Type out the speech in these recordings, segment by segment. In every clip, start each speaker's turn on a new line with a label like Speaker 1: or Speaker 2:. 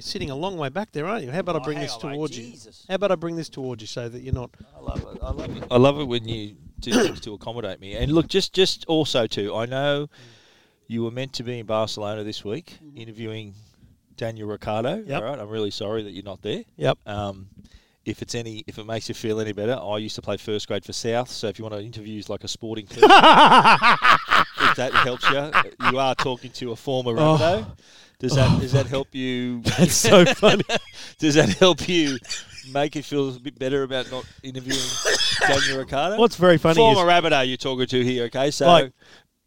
Speaker 1: sitting a long way back there, aren't you? How about I
Speaker 2: Oh,
Speaker 1: bring
Speaker 2: hang
Speaker 1: this
Speaker 2: on, mate.
Speaker 1: towards
Speaker 2: Jesus.
Speaker 1: you? How about I bring this towards you so that you're not?
Speaker 2: I love it. I love it. I love it when you do things to accommodate me. And look, just just also too, I know you were meant to be in Barcelona this week interviewing Daniel Ricciardo.
Speaker 1: Yep.
Speaker 2: All right, I'm really sorry that you're not there.
Speaker 1: Yep.
Speaker 2: Um, if it's any, if it makes you feel any better, I used to play first grade for South. So if you want to interviews like a sporting person, if that helps you, you are talking to a former Rambo. Does that does that help you?
Speaker 1: That's so funny.
Speaker 2: Does that help you make it feel a bit better about not interviewing Daniel Ricciardo?
Speaker 1: What's very funny
Speaker 2: Former
Speaker 1: is
Speaker 2: Rabbitoh you're talking to here, okay? So
Speaker 1: Like-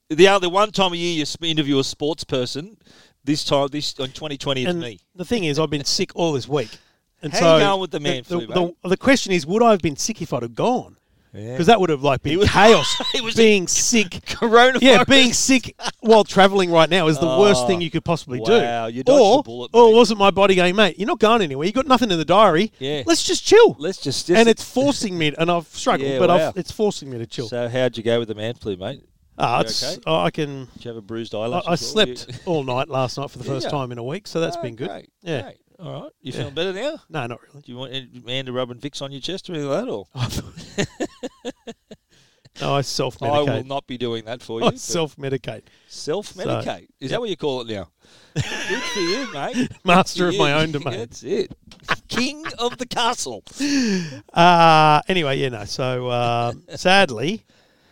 Speaker 2: the other one time a year you sp- interview a sports person. This time, this in 2020, it's
Speaker 1: and
Speaker 2: me.
Speaker 1: the thing is, I've been sick all this week. And
Speaker 2: How
Speaker 1: so
Speaker 2: you going with the man
Speaker 1: the,
Speaker 2: flu,
Speaker 1: the, the, the question is, would I have been sick if I'd have gone?
Speaker 2: Yeah.
Speaker 1: Because that would have like been chaos.
Speaker 2: He was
Speaker 1: being sick.
Speaker 2: Coronavirus.
Speaker 1: Yeah, being sick while travelling right now is the worst
Speaker 2: Oh,
Speaker 1: thing you could possibly
Speaker 2: wow,
Speaker 1: do.
Speaker 2: you dodged the
Speaker 1: or,
Speaker 2: bullet,
Speaker 1: or
Speaker 2: mate.
Speaker 1: wasn't my body going, mate? You're not going anywhere. You have got nothing in the diary.
Speaker 2: Yeah.
Speaker 1: let's just chill.
Speaker 2: Let's just.
Speaker 1: and it's forcing me, and I've struggled,
Speaker 2: Yeah,
Speaker 1: but
Speaker 2: wow.
Speaker 1: I've, it's forcing me to chill.
Speaker 2: So how'd you go with the man flu, mate?
Speaker 1: Ah,
Speaker 2: you
Speaker 1: it's,
Speaker 2: okay?
Speaker 1: oh, I can.
Speaker 2: Did you have a bruised
Speaker 1: I,
Speaker 2: eyelash?
Speaker 1: I
Speaker 2: as well? You-
Speaker 1: slept all night last night for the first
Speaker 2: Yeah.
Speaker 1: time in a week, so that's been good.
Speaker 2: Great,
Speaker 1: Yeah.
Speaker 2: great. All right. You feeling better now?
Speaker 1: No, not really.
Speaker 2: Do you want any man to rub and fix on your chest or anything like that? Or
Speaker 1: No, I self
Speaker 2: I will
Speaker 1: medicate.
Speaker 2: not be doing that for you.
Speaker 1: I
Speaker 2: but-
Speaker 1: self medicate.
Speaker 2: Self medicate. Is that what you call it now? Good for you, mate. Good for
Speaker 1: Master of my
Speaker 2: you.
Speaker 1: own domain.
Speaker 2: That's it. King of the castle.
Speaker 1: Uh, anyway, yeah, no. So um, sadly,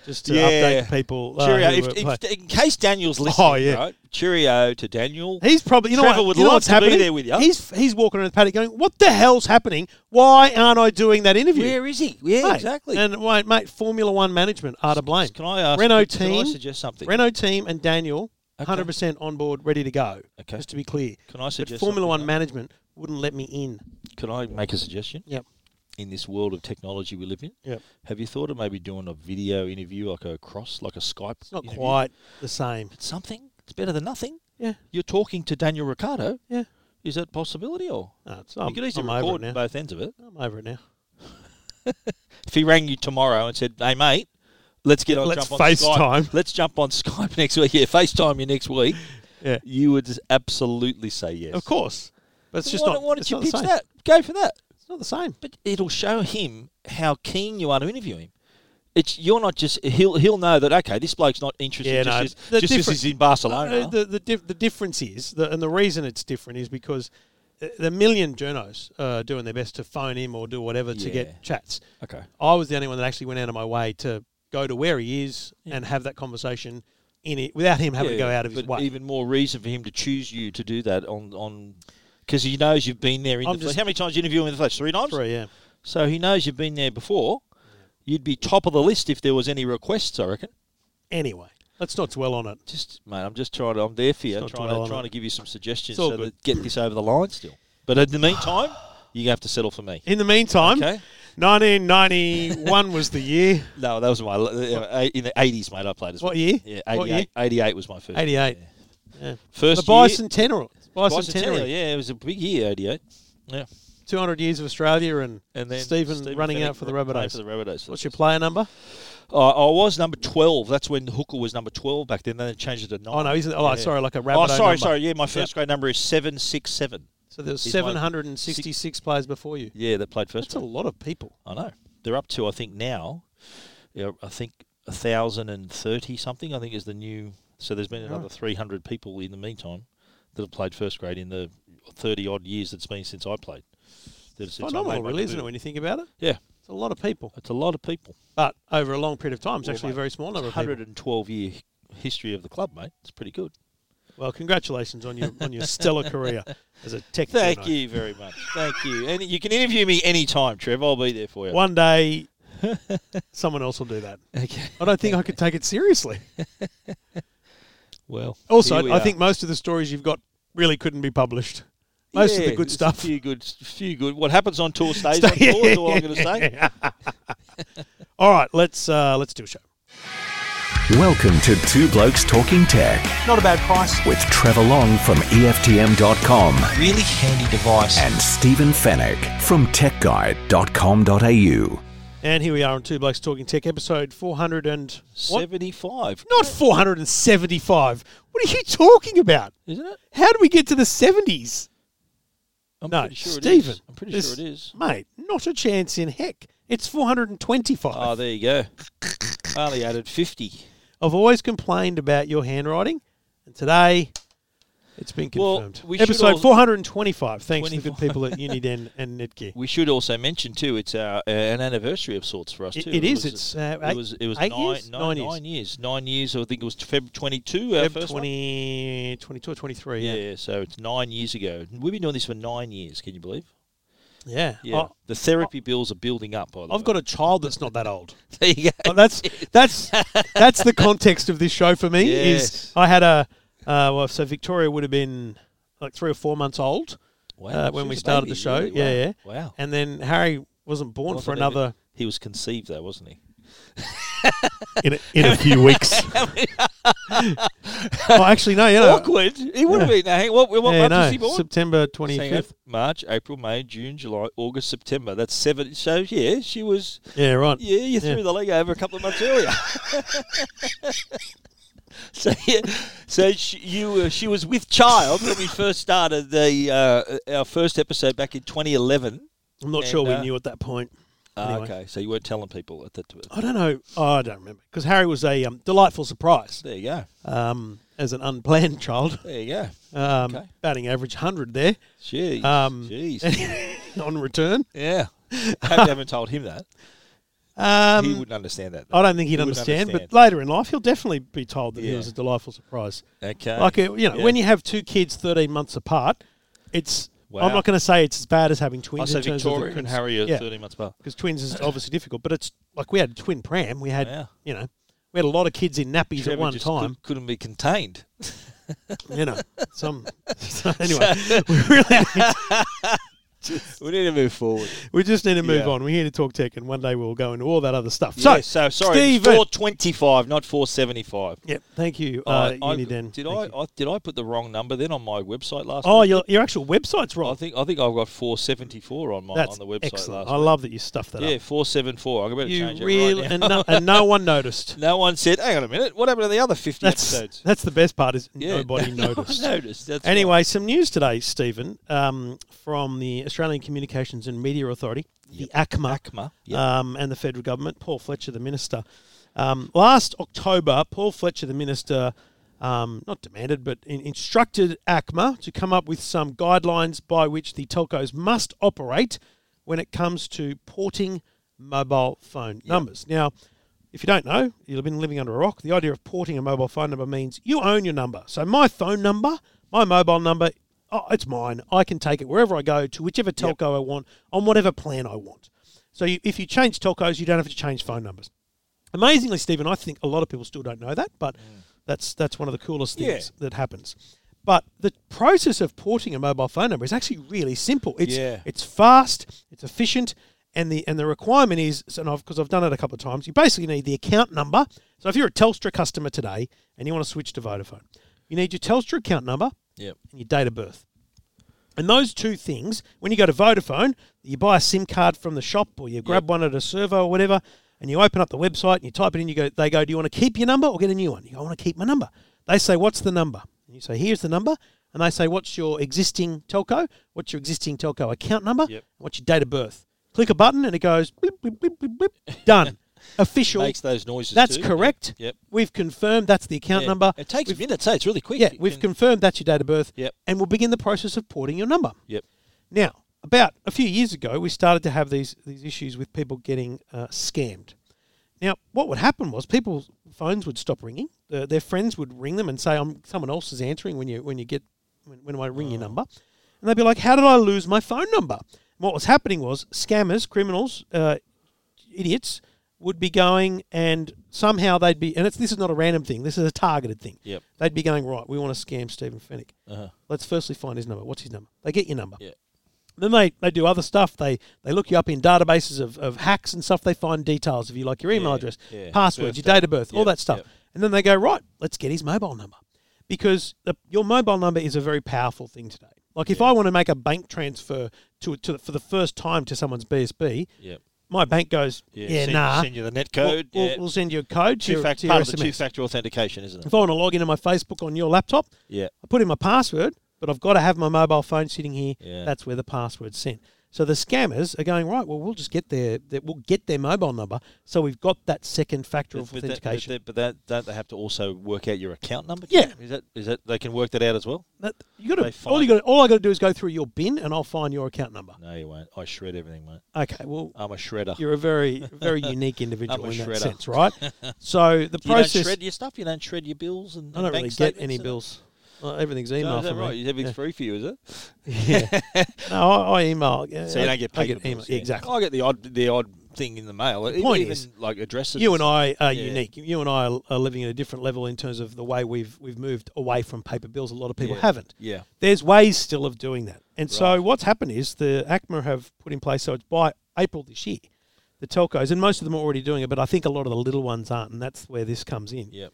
Speaker 1: just to
Speaker 2: Yeah.
Speaker 1: update people. Uh,
Speaker 2: Cheerio.
Speaker 1: who
Speaker 2: If,
Speaker 1: were
Speaker 2: if-
Speaker 1: playing-
Speaker 2: in case Daniel's listening,
Speaker 1: yeah.
Speaker 2: right? Cheerio to Daniel.
Speaker 1: He's probably you know
Speaker 2: Trevor
Speaker 1: what,
Speaker 2: would
Speaker 1: you know
Speaker 2: love
Speaker 1: what's
Speaker 2: to be
Speaker 1: happening?
Speaker 2: there with you.
Speaker 1: He's he's walking around the paddock going, "What the hell's happening? Why aren't I doing that interview?"
Speaker 2: Where is he? Yeah,
Speaker 1: Mate,
Speaker 2: exactly.
Speaker 1: And wait, mate, Formula One management are to blame.
Speaker 2: Can I ask?
Speaker 1: Renault
Speaker 2: can I
Speaker 1: team-
Speaker 2: suggest something?
Speaker 1: Renault team and Daniel,
Speaker 2: Okay.
Speaker 1: hundred percent on board, ready to go.
Speaker 2: Okay.
Speaker 1: Just to be clear,
Speaker 2: Can I
Speaker 1: but
Speaker 2: suggest
Speaker 1: Formula
Speaker 2: something,
Speaker 1: One
Speaker 2: mate?
Speaker 1: management wouldn't let me in.
Speaker 2: Can I make a suggestion?
Speaker 1: Yep.
Speaker 2: In this world of technology we live in,
Speaker 1: Yep.
Speaker 2: have you thought of maybe doing a video interview, like a cross, like a Skype?
Speaker 1: It's not
Speaker 2: interview?
Speaker 1: quite the same.
Speaker 2: It's something. It's better than nothing.
Speaker 1: Yeah.
Speaker 2: You're talking to Daniel Ricardo.
Speaker 1: Yeah.
Speaker 2: Is that a possibility or?
Speaker 1: No, it's, I'm,
Speaker 2: you could easily
Speaker 1: I'm over it
Speaker 2: record
Speaker 1: now.
Speaker 2: both ends of it.
Speaker 1: I'm over it now.
Speaker 2: If he rang you tomorrow and said, "Hey mate, let's get on,
Speaker 1: Let's
Speaker 2: jump on
Speaker 1: FaceTime."
Speaker 2: Skype. Let's jump on Skype next week. Yeah, FaceTime you next week."
Speaker 1: Yeah.
Speaker 2: You would just absolutely say yes.
Speaker 1: Of course. But it's
Speaker 2: Then
Speaker 1: just
Speaker 2: why,
Speaker 1: not.
Speaker 2: Why
Speaker 1: it's
Speaker 2: don't
Speaker 1: not
Speaker 2: you pitch
Speaker 1: the same.
Speaker 2: that? Go for that.
Speaker 1: It's not the same.
Speaker 2: But it'll show him how keen you are to interview him. It's you're not just he'll he'll know that okay this bloke's not interested
Speaker 1: Yeah, no,
Speaker 2: just
Speaker 1: the
Speaker 2: just because
Speaker 1: difference-
Speaker 2: he's in Barcelona.
Speaker 1: Uh, the the, dif- the difference is, the, and the reason it's different is because uh, the million journos uh, doing their best to phone him or do whatever to
Speaker 2: Yeah.
Speaker 1: get chats.
Speaker 2: okay,
Speaker 1: I was the only one that actually went out of my way to go to where he is and have that conversation in it without him having to go out of his
Speaker 2: but
Speaker 1: way.
Speaker 2: Even more reason for him to choose you to do that on on because he knows you've been there in
Speaker 1: I'm
Speaker 2: the flesh.
Speaker 1: just-
Speaker 2: How many times did you interview him in the flesh? Three times.
Speaker 1: Three, yeah.
Speaker 2: So he knows you've been there before. You'd be top of the list if there was any requests. I reckon.
Speaker 1: Anyway, let's not dwell on it.
Speaker 2: Just mate, I'm just trying to. I'm there for you.
Speaker 1: not
Speaker 2: Trying
Speaker 1: dwell
Speaker 2: to
Speaker 1: on
Speaker 2: trying
Speaker 1: it.
Speaker 2: to give you some suggestions
Speaker 1: It's all
Speaker 2: so
Speaker 1: good.
Speaker 2: that get this over the line still. But in the meantime, you have to settle for me.
Speaker 1: In the meantime,
Speaker 2: Okay.
Speaker 1: 1991 was the year.
Speaker 2: No, that was my uh, in the eighties, mate. I played as well.
Speaker 1: What year?
Speaker 2: Yeah,
Speaker 1: What year?
Speaker 2: 88, 88 was my first.
Speaker 1: 88. The
Speaker 2: First year,
Speaker 1: bicentennial.
Speaker 2: bicentennial,
Speaker 1: Bicentennial.
Speaker 2: Yeah, it was a big year. Eighty eight. Yeah,
Speaker 1: 200 years of Australia and,
Speaker 2: and then
Speaker 1: Stephen, running
Speaker 2: Fenwick
Speaker 1: out for the
Speaker 2: played For
Speaker 1: Rabbitohs.
Speaker 2: the Rabbitohs.
Speaker 1: What's your player number?
Speaker 2: Uh, I was number twelve. That's when Hooker was number twelve back then. Then they changed it to nine.
Speaker 1: Oh, no, he's oh,
Speaker 2: Yeah.
Speaker 1: sorry, like a Rabbitoh
Speaker 2: Oh, sorry,
Speaker 1: number.
Speaker 2: sorry. Yeah, my first grade number is seven six seven.
Speaker 1: So there was
Speaker 2: He's my-
Speaker 1: 766 players before you.
Speaker 2: Yeah, that played first.
Speaker 1: That's a lot of people.
Speaker 2: I know. They're up to I think now. Yeah, I think thousand and thirty something. I think is the new. So there's been another three hundred people in the meantime that have played first grade in the thirty odd years that's been since I played. That- since I made
Speaker 1: Phenomenal,
Speaker 2: my
Speaker 1: Oh, really, isn't it,
Speaker 2: debut.
Speaker 1: when you think about it?
Speaker 2: Yeah,
Speaker 1: It's a lot of people.
Speaker 2: it's a lot of people.
Speaker 1: But over a long period of time, it's
Speaker 2: Well,
Speaker 1: actually
Speaker 2: mate,
Speaker 1: a very small number of people.
Speaker 2: Hundred and twelve year h- history of the club, mate. It's pretty good.
Speaker 1: Well, congratulations on your on your stellar career as a tech.
Speaker 2: Thank
Speaker 1: journo.
Speaker 2: you very much. Thank you. And you can interview me anytime, Trev. I'll be there for you.
Speaker 1: One day, someone else will do that.
Speaker 2: Okay.
Speaker 1: I don't think I could take it seriously.
Speaker 2: Well.
Speaker 1: Also,
Speaker 2: here we
Speaker 1: I, I
Speaker 2: are.
Speaker 1: think most of the stories you've got really couldn't be published. Most of the
Speaker 2: Yeah,
Speaker 1: good
Speaker 2: there's
Speaker 1: stuff.
Speaker 2: A few good, few good. What happens on tour stays on tour. Is all I'm going to say.
Speaker 1: All right, let's uh, let's do a show.
Speaker 3: Welcome to Two Blokes Talking Tech
Speaker 4: Not a bad price.
Speaker 3: with Trevor Long from E EFTM.com
Speaker 2: Really handy device.
Speaker 3: and Stephen Fennec from TechGuide.com.au.
Speaker 1: And here we are on Two Blokes Talking Tech, episode four hundred and what?
Speaker 2: 75.
Speaker 1: Not four hundred and seventy-five. What are you talking about?
Speaker 2: Isn't it?
Speaker 1: How do we get to the seventies?
Speaker 2: I'm
Speaker 1: no,
Speaker 2: pretty sure it
Speaker 1: Stephen.
Speaker 2: is. I'm pretty
Speaker 1: this-
Speaker 2: sure it is.
Speaker 1: Mate, not a chance in heck. It's 425.
Speaker 2: Oh, there you go. I only added 50.
Speaker 1: I've always complained about your handwriting, and today it's been
Speaker 2: Well,
Speaker 1: confirmed.
Speaker 2: we should
Speaker 1: Episode
Speaker 2: all-
Speaker 1: 425. Thanks to the good
Speaker 2: 25.
Speaker 1: people at Uniden and Netgear.
Speaker 2: We should also mention, too, it's our, uh, an anniversary of sorts for us, too.
Speaker 1: It- it is.
Speaker 2: was-
Speaker 1: It's, uh,
Speaker 2: it
Speaker 1: eight-
Speaker 2: was, it was
Speaker 1: eight
Speaker 2: nine,
Speaker 1: years?
Speaker 2: nine-
Speaker 1: Nine years.
Speaker 2: nine years. Nine years. I think it was Feb 22, our
Speaker 1: Feb
Speaker 2: first one.
Speaker 1: 20, 22 or 23.
Speaker 2: Yeah.
Speaker 1: Yeah.
Speaker 2: so it's nine years ago. We've been doing this for nine years. Can you believe?
Speaker 1: Yeah.
Speaker 2: Yeah, the therapy bills are building up. By the
Speaker 1: I, Oh. I've got a child that's not that old.
Speaker 2: a. There you go.
Speaker 1: Well, that's that's that's the context of this show for me.
Speaker 2: Yes.
Speaker 1: Is I had a uh, well, so Victoria would have been like three or four months old,
Speaker 2: Wow,
Speaker 1: uh, when
Speaker 2: she's
Speaker 1: we
Speaker 2: a
Speaker 1: started the
Speaker 2: baby,
Speaker 1: show,
Speaker 2: really.
Speaker 1: yeah, yeah.
Speaker 2: wow. Wow.
Speaker 1: and then Harry wasn't born for
Speaker 2: Wasn't
Speaker 1: another
Speaker 2: He was conceived though, wasn't he?
Speaker 1: in a, in a few weeks. oh, actually, no, you know,
Speaker 2: Awkward. He would have
Speaker 1: Yeah.
Speaker 2: been. Now, hang- what, what
Speaker 1: yeah,
Speaker 2: month was he
Speaker 1: no,
Speaker 2: born?
Speaker 1: September
Speaker 2: Hang on.
Speaker 1: 25th.
Speaker 2: March, April, May, June, July, August, September. That's seven. So yeah, she was.
Speaker 1: Yeah, right.
Speaker 2: Yeah, you threw
Speaker 1: Yeah.
Speaker 2: the leg over a couple of months earlier. so yeah, so she, you were, she was with child when we first started the uh, our first episode back in 2011.
Speaker 1: I'm not
Speaker 2: And,
Speaker 1: sure we
Speaker 2: uh,
Speaker 1: knew at that point.
Speaker 2: Ah,
Speaker 1: Anyway.
Speaker 2: okay, so you weren't telling people at that.
Speaker 1: I don't know. Oh, I don't remember because Harry was a um, delightful surprise
Speaker 2: There you go.
Speaker 1: um, as an unplanned child.
Speaker 2: There you go.
Speaker 1: Um,
Speaker 2: Okay.
Speaker 1: Batting average 100 there
Speaker 2: Jeez.
Speaker 1: Um,
Speaker 2: Jeez.
Speaker 1: on return.
Speaker 2: yeah. I hope you haven't told him that.
Speaker 1: Um,
Speaker 2: he wouldn't understand that.
Speaker 1: I don't think he'd
Speaker 2: He would
Speaker 1: understand,
Speaker 2: understand.
Speaker 1: but later in life he'll definitely be told that he
Speaker 2: Yeah.
Speaker 1: was a delightful surprise.
Speaker 2: Okay.
Speaker 1: Like uh, you know,
Speaker 2: Yeah.
Speaker 1: when you have two kids thirteen months apart, it's
Speaker 2: Wow.
Speaker 1: I'm not going to say it's as bad as having twins.
Speaker 2: I say
Speaker 1: in terms of the
Speaker 2: Victoria and
Speaker 1: cons-
Speaker 2: Harry are
Speaker 1: yeah,
Speaker 2: 13 months apart.
Speaker 1: because twins is obviously difficult. But it's like we had twin pram. We had
Speaker 2: Wow.
Speaker 1: you know we had a lot of kids in nappies at
Speaker 2: Trevor
Speaker 1: one
Speaker 2: just
Speaker 1: time.
Speaker 2: Could, not be contained.
Speaker 1: You know, some so anyway. we really
Speaker 2: we need to move forward.
Speaker 1: we just need to move
Speaker 2: Yeah.
Speaker 1: on. We're here to talk tech, and one day we'll go into all that other stuff.
Speaker 2: So,
Speaker 1: So
Speaker 2: yeah, so sorry,
Speaker 1: Stephen.
Speaker 2: 425, not 475.
Speaker 1: Yep, thank you, uh,
Speaker 2: I- I-
Speaker 1: Uniden. Thank
Speaker 2: did I,
Speaker 1: you.
Speaker 2: I did I put the wrong number then on my website last
Speaker 1: Oh,
Speaker 2: week?
Speaker 1: your, your actual website's
Speaker 2: I
Speaker 1: wrong.
Speaker 2: think I think I've got 474 on my
Speaker 1: That's
Speaker 2: on the website
Speaker 1: excellent.
Speaker 2: last
Speaker 1: I
Speaker 2: week.
Speaker 1: love that you stuffed that
Speaker 2: yeah,
Speaker 1: up.
Speaker 2: 474. I better change
Speaker 1: You
Speaker 2: it
Speaker 1: real
Speaker 2: right now.
Speaker 1: and, no, and no one noticed.
Speaker 2: No one said, "Hang on a minute, what happened to the other 50
Speaker 1: That's
Speaker 2: episodes?"
Speaker 1: that's the best part is
Speaker 2: Yeah,
Speaker 1: nobody
Speaker 2: no one
Speaker 1: noticed.
Speaker 2: noticed. That's right.
Speaker 1: Anyway, some news today, Stephen, um, from the Australian Communications and Media Authority, the ACMA,
Speaker 2: ACMA, yep.
Speaker 1: um, and the federal government. Paul Fletcher, the minister. Um, last October, Paul Fletcher, the minister, um, not demanded but in- instructed ACMA to come up with some guidelines by which the telcos must operate when it comes to porting mobile phone numbers. Now, if you don't know, you've been living under a rock. The idea of porting a mobile phone number means you own your number. So my phone number, my mobile number, oh, it's mine. I can take it wherever I go to whichever telco I want on whatever plan I want. So you, if you change telcos, you don't have to change phone numbers. Amazingly, Stephen, I think a lot of people still don't know that, but that's that's one of the coolest things that happens. But the process of porting a mobile phone number is actually really simple. It's
Speaker 2: Yeah.
Speaker 1: it's fast, it's efficient, and the and the requirement is, and I've because I've done it a couple of times, you basically need the account number. So if you're a Telstra customer today and you want to switch to Vodafone, you need your Telstra account number
Speaker 2: Yep.
Speaker 1: and your date of birth. And those two things, when you go to Vodafone, you buy a SIM card from the shop or you grab one at a servo or whatever, and you open up the website and you type it in, you go they go, Do you want to keep your number or get a new one? You go, I want to keep my number. They say, What's the number? And you say, Here's the number and they say, What's your existing telco? What's your existing telco account number?
Speaker 2: Yep.
Speaker 1: What's your date of birth? Click a button and it goes blip, blip, blip, blip, blip. Done. Official.
Speaker 2: Makes those noises.
Speaker 1: that's
Speaker 2: too.
Speaker 1: correct.
Speaker 2: Yep.
Speaker 1: We've confirmed that's the account
Speaker 2: Yeah.
Speaker 1: number.
Speaker 2: It takes minutes. Hey, it's really quick.
Speaker 1: Yeah,
Speaker 2: You
Speaker 1: we've
Speaker 2: can-
Speaker 1: confirmed that's your date of birth.
Speaker 2: Yep.
Speaker 1: And we'll begin the process of porting your number.
Speaker 2: Yep.
Speaker 1: Now, about a few years ago, we started to have these these issues with people getting uh, scammed. Now, what would happen was people's phones would stop ringing. Uh, their friends would ring them and say, "I'm someone else is answering when you when you get when, when I ring your number," and they'd be like, "How did I lose my phone number?" And what was happening was scammers, criminals, uh, idiots would be going and somehow they'd be and it's this is not a random thing. This is a targeted thing.
Speaker 2: Yep.
Speaker 1: They'd be going right. We want to scam Stephen Fennick.
Speaker 2: Uh-huh.
Speaker 1: Let's firstly find his number. What's his number? They get your number.
Speaker 2: Yeah.
Speaker 1: Then they, they do other stuff. They they look you up in databases of, of hacks and stuff. They find details of you, like your email
Speaker 2: Yeah,
Speaker 1: address,
Speaker 2: yeah.
Speaker 1: passwords, your
Speaker 2: Birthday.
Speaker 1: date of birth, all
Speaker 2: Yep,
Speaker 1: that stuff.
Speaker 2: yep.
Speaker 1: And then they go, right, let's get his mobile number. Because the, your mobile number is a very powerful thing today. Like if I want to make a bank transfer to, to for the first time to someone's BSB,
Speaker 2: Yep.
Speaker 1: my bank goes, yeah,
Speaker 2: Yeah. send,
Speaker 1: nah.
Speaker 2: Send you the net
Speaker 1: We'll-
Speaker 2: code.
Speaker 1: we'll,
Speaker 2: yeah.
Speaker 1: we'll send you a code to,
Speaker 2: two
Speaker 1: your-
Speaker 2: fact,
Speaker 1: to your
Speaker 2: part of the
Speaker 1: SMS.
Speaker 2: two-factor authentication, isn't
Speaker 1: If
Speaker 2: it?
Speaker 1: I want to log into my Facebook on your laptop,
Speaker 2: Yeah.
Speaker 1: I put in my password, but I've got to have my mobile phone sitting here.
Speaker 2: Yeah.
Speaker 1: That's where the password's sent. So the scammers are going right. Well, we'll just get their that we'll get their mobile number. So we've got that second factor of
Speaker 2: But that,
Speaker 1: authentication.
Speaker 2: but that, but that, don't they have to also work out your account number?
Speaker 1: Yeah.
Speaker 2: Is that is that they can work that out as well?
Speaker 1: That- you got
Speaker 2: they
Speaker 1: to all you
Speaker 2: find-
Speaker 1: got. All I got to do is go through your bin, and I'll find your account number.
Speaker 2: No, you won't. I shred everything, mate.
Speaker 1: Okay. Well,
Speaker 2: I'm a shredder.
Speaker 1: you're a very very unique individual
Speaker 2: a
Speaker 1: in that
Speaker 2: shredder.
Speaker 1: sense, right? So the
Speaker 2: you
Speaker 1: process.
Speaker 2: don't shred your stuff. You don't shred your bills and.
Speaker 1: I don't
Speaker 2: and
Speaker 1: really
Speaker 2: bank
Speaker 1: get
Speaker 2: statements
Speaker 1: any
Speaker 2: and-
Speaker 1: bills. Well, everything's
Speaker 2: No,
Speaker 1: email
Speaker 2: is that
Speaker 1: for
Speaker 2: right?
Speaker 1: me.
Speaker 2: Everything's free for you, is it?
Speaker 1: Yeah. no, I, I email. yeah,
Speaker 2: So you don't get
Speaker 1: I
Speaker 2: paid. for
Speaker 1: email.
Speaker 2: bills, yeah.
Speaker 1: Exactly.
Speaker 2: I get the odd the odd thing in the mail. even,
Speaker 1: point
Speaker 2: even,
Speaker 1: is,
Speaker 2: like addresses.
Speaker 1: You and I are
Speaker 2: Yeah.
Speaker 1: unique. You and I are- are living at a different level in terms of the way we've we've moved away from paper bills. A lot of people
Speaker 2: Yeah.
Speaker 1: haven't.
Speaker 2: Yeah.
Speaker 1: There's ways still of doing that. And so what's happened is the ACMA have put in place. So it's by April this year, the telcos and most of them are already doing it, but I think a lot of the little ones aren't, and that's where this comes in.
Speaker 2: Yeah.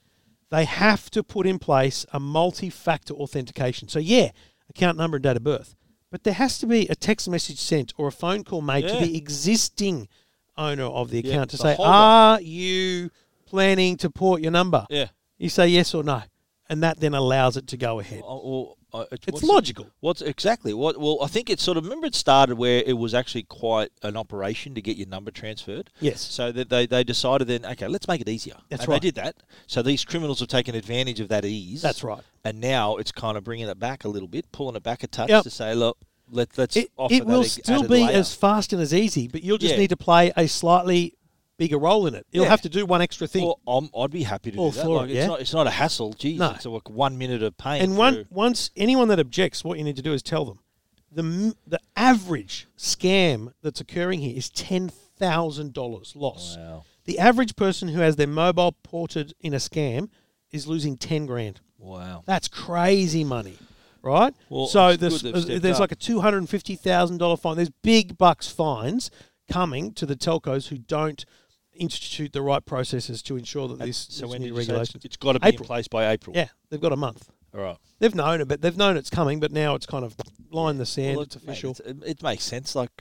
Speaker 1: They have to put in place a multi-factor authentication. So yeah, account number and date of birth, but there has to be a text message sent or a phone call made
Speaker 2: Yeah.
Speaker 1: to the existing owner of the
Speaker 2: Yeah,
Speaker 1: account to
Speaker 2: the
Speaker 1: say,
Speaker 2: holder.
Speaker 1: "Are you planning to port your number?"
Speaker 2: Yeah.
Speaker 1: You say yes or no, and that then allows it to go ahead.
Speaker 2: Or, or, uh,
Speaker 1: it's
Speaker 2: what's-
Speaker 1: logical.
Speaker 2: What's exactly what? Well, I think it sort of remember it started where it was actually quite an operation to get your number transferred.
Speaker 1: Yes.
Speaker 2: So that they, they decided then okay, let's make it easier.
Speaker 1: That's
Speaker 2: and
Speaker 1: right.
Speaker 2: They did that. So these criminals have taken advantage of that ease.
Speaker 1: That's right.
Speaker 2: And now it's kind of bringing it back a little bit, pulling it back a touch
Speaker 1: Yep.
Speaker 2: to say, look, let let's
Speaker 1: It,
Speaker 2: offer
Speaker 1: it will
Speaker 2: that
Speaker 1: still
Speaker 2: added
Speaker 1: be
Speaker 2: layer.
Speaker 1: as fast and as easy, but you'll just
Speaker 2: Yeah.
Speaker 1: need to play a slightly bigger role in it. You'll
Speaker 2: Yeah.
Speaker 1: have to do one extra thing.
Speaker 2: Well, I'm, I'd be happy to
Speaker 1: All
Speaker 2: do that.
Speaker 1: for
Speaker 2: Like,
Speaker 1: it,
Speaker 2: it's
Speaker 1: yeah?
Speaker 2: not it's not a hassle. Geez,
Speaker 1: No.
Speaker 2: it's like one minute of pain.
Speaker 1: And one,
Speaker 2: through-
Speaker 1: once anyone that objects, what you need to do is tell them the m- the average scam that's occurring here is ten thousand dollars loss.
Speaker 2: Wow.
Speaker 1: The average person who has their mobile ported in a scam is losing ten grand.
Speaker 2: Wow.
Speaker 1: That's crazy money, right?
Speaker 2: Well,
Speaker 1: so
Speaker 2: it's good
Speaker 1: there's,
Speaker 2: they've stepped
Speaker 1: there's
Speaker 2: up.
Speaker 1: like a two hundred and fifty thousand dollar fine. There's big bucks fines coming to the telcos who don't institute the right processes to ensure that this,
Speaker 2: So
Speaker 1: this
Speaker 2: when
Speaker 1: new
Speaker 2: did you say it's-
Speaker 1: regulations.
Speaker 2: it's got to be
Speaker 1: April.
Speaker 2: in place by April.
Speaker 1: Yeah, they've got a month.
Speaker 2: All right.
Speaker 1: They've known it, but they've known it's coming. But now it's kind of line the sand.
Speaker 2: Well,
Speaker 1: it's
Speaker 2: it-
Speaker 1: official.
Speaker 2: mate, it's- it, it makes sense. Like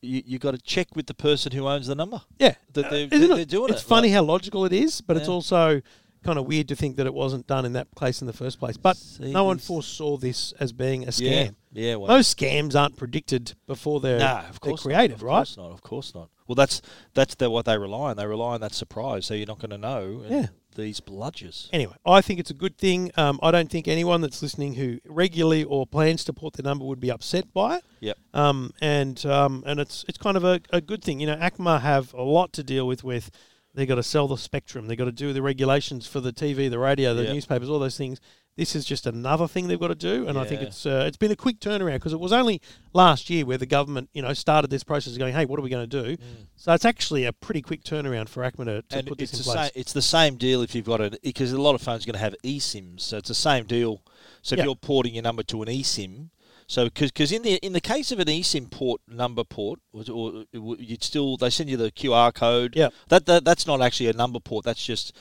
Speaker 2: you, you got to check with the person who owns the number.
Speaker 1: yeah,
Speaker 2: that they're-
Speaker 1: Uh, isn't
Speaker 2: they're-
Speaker 1: it?
Speaker 2: they're doing
Speaker 1: It's
Speaker 2: it,
Speaker 1: funny
Speaker 2: like-
Speaker 1: how logical it is, but it's
Speaker 2: Yeah.
Speaker 1: also kind of weird to think that it wasn't done in that place in the first place. But
Speaker 2: See,
Speaker 1: no one
Speaker 2: this-
Speaker 1: foresaw this as being a
Speaker 2: Yeah.
Speaker 1: scam.
Speaker 2: Yeah. Well,
Speaker 1: Most scams aren't predicted before they're,
Speaker 2: Nah, of
Speaker 1: they're
Speaker 2: course.
Speaker 1: creative,
Speaker 2: not,
Speaker 1: right?
Speaker 2: Of course not. Of course not. Well, that's that's the, what they rely on. They rely on that surprise. So you're not going to know. and
Speaker 1: Yeah.
Speaker 2: These bludgers.
Speaker 1: Anyway, I think it's a good thing. Um, I don't think anyone that's listening who regularly or plans to port their number would be upset by it.
Speaker 2: Yep.
Speaker 1: Um, and um, and it's it's kind of a, a good thing. You know, ACMA have a lot to deal with with they got to sell the spectrum, they got to do the regulations for the TV, the radio, the
Speaker 2: Yeah.
Speaker 1: newspapers, all those things. This is just another thing they've got to do, and I think
Speaker 2: Yeah.
Speaker 1: it's uh, it's been a quick turnaround because it was only last year where the government you know started this process of going, hey, what are we going to do? So it's actually a pretty quick turnaround for ACMA to, to
Speaker 2: Mm. and
Speaker 1: put
Speaker 2: it's
Speaker 1: this in
Speaker 2: the
Speaker 1: place.
Speaker 2: same. It's the same deal if you've got an because a lot of phones going to have eSIMs, so it's the same deal. So if
Speaker 1: Yeah.
Speaker 2: you're porting your number to an eSIM, so because in the in the case of an eSIM port number port, or, or you'd still they send you the QR code.
Speaker 1: Yeah.
Speaker 2: that, that that's not actually a number port. That's just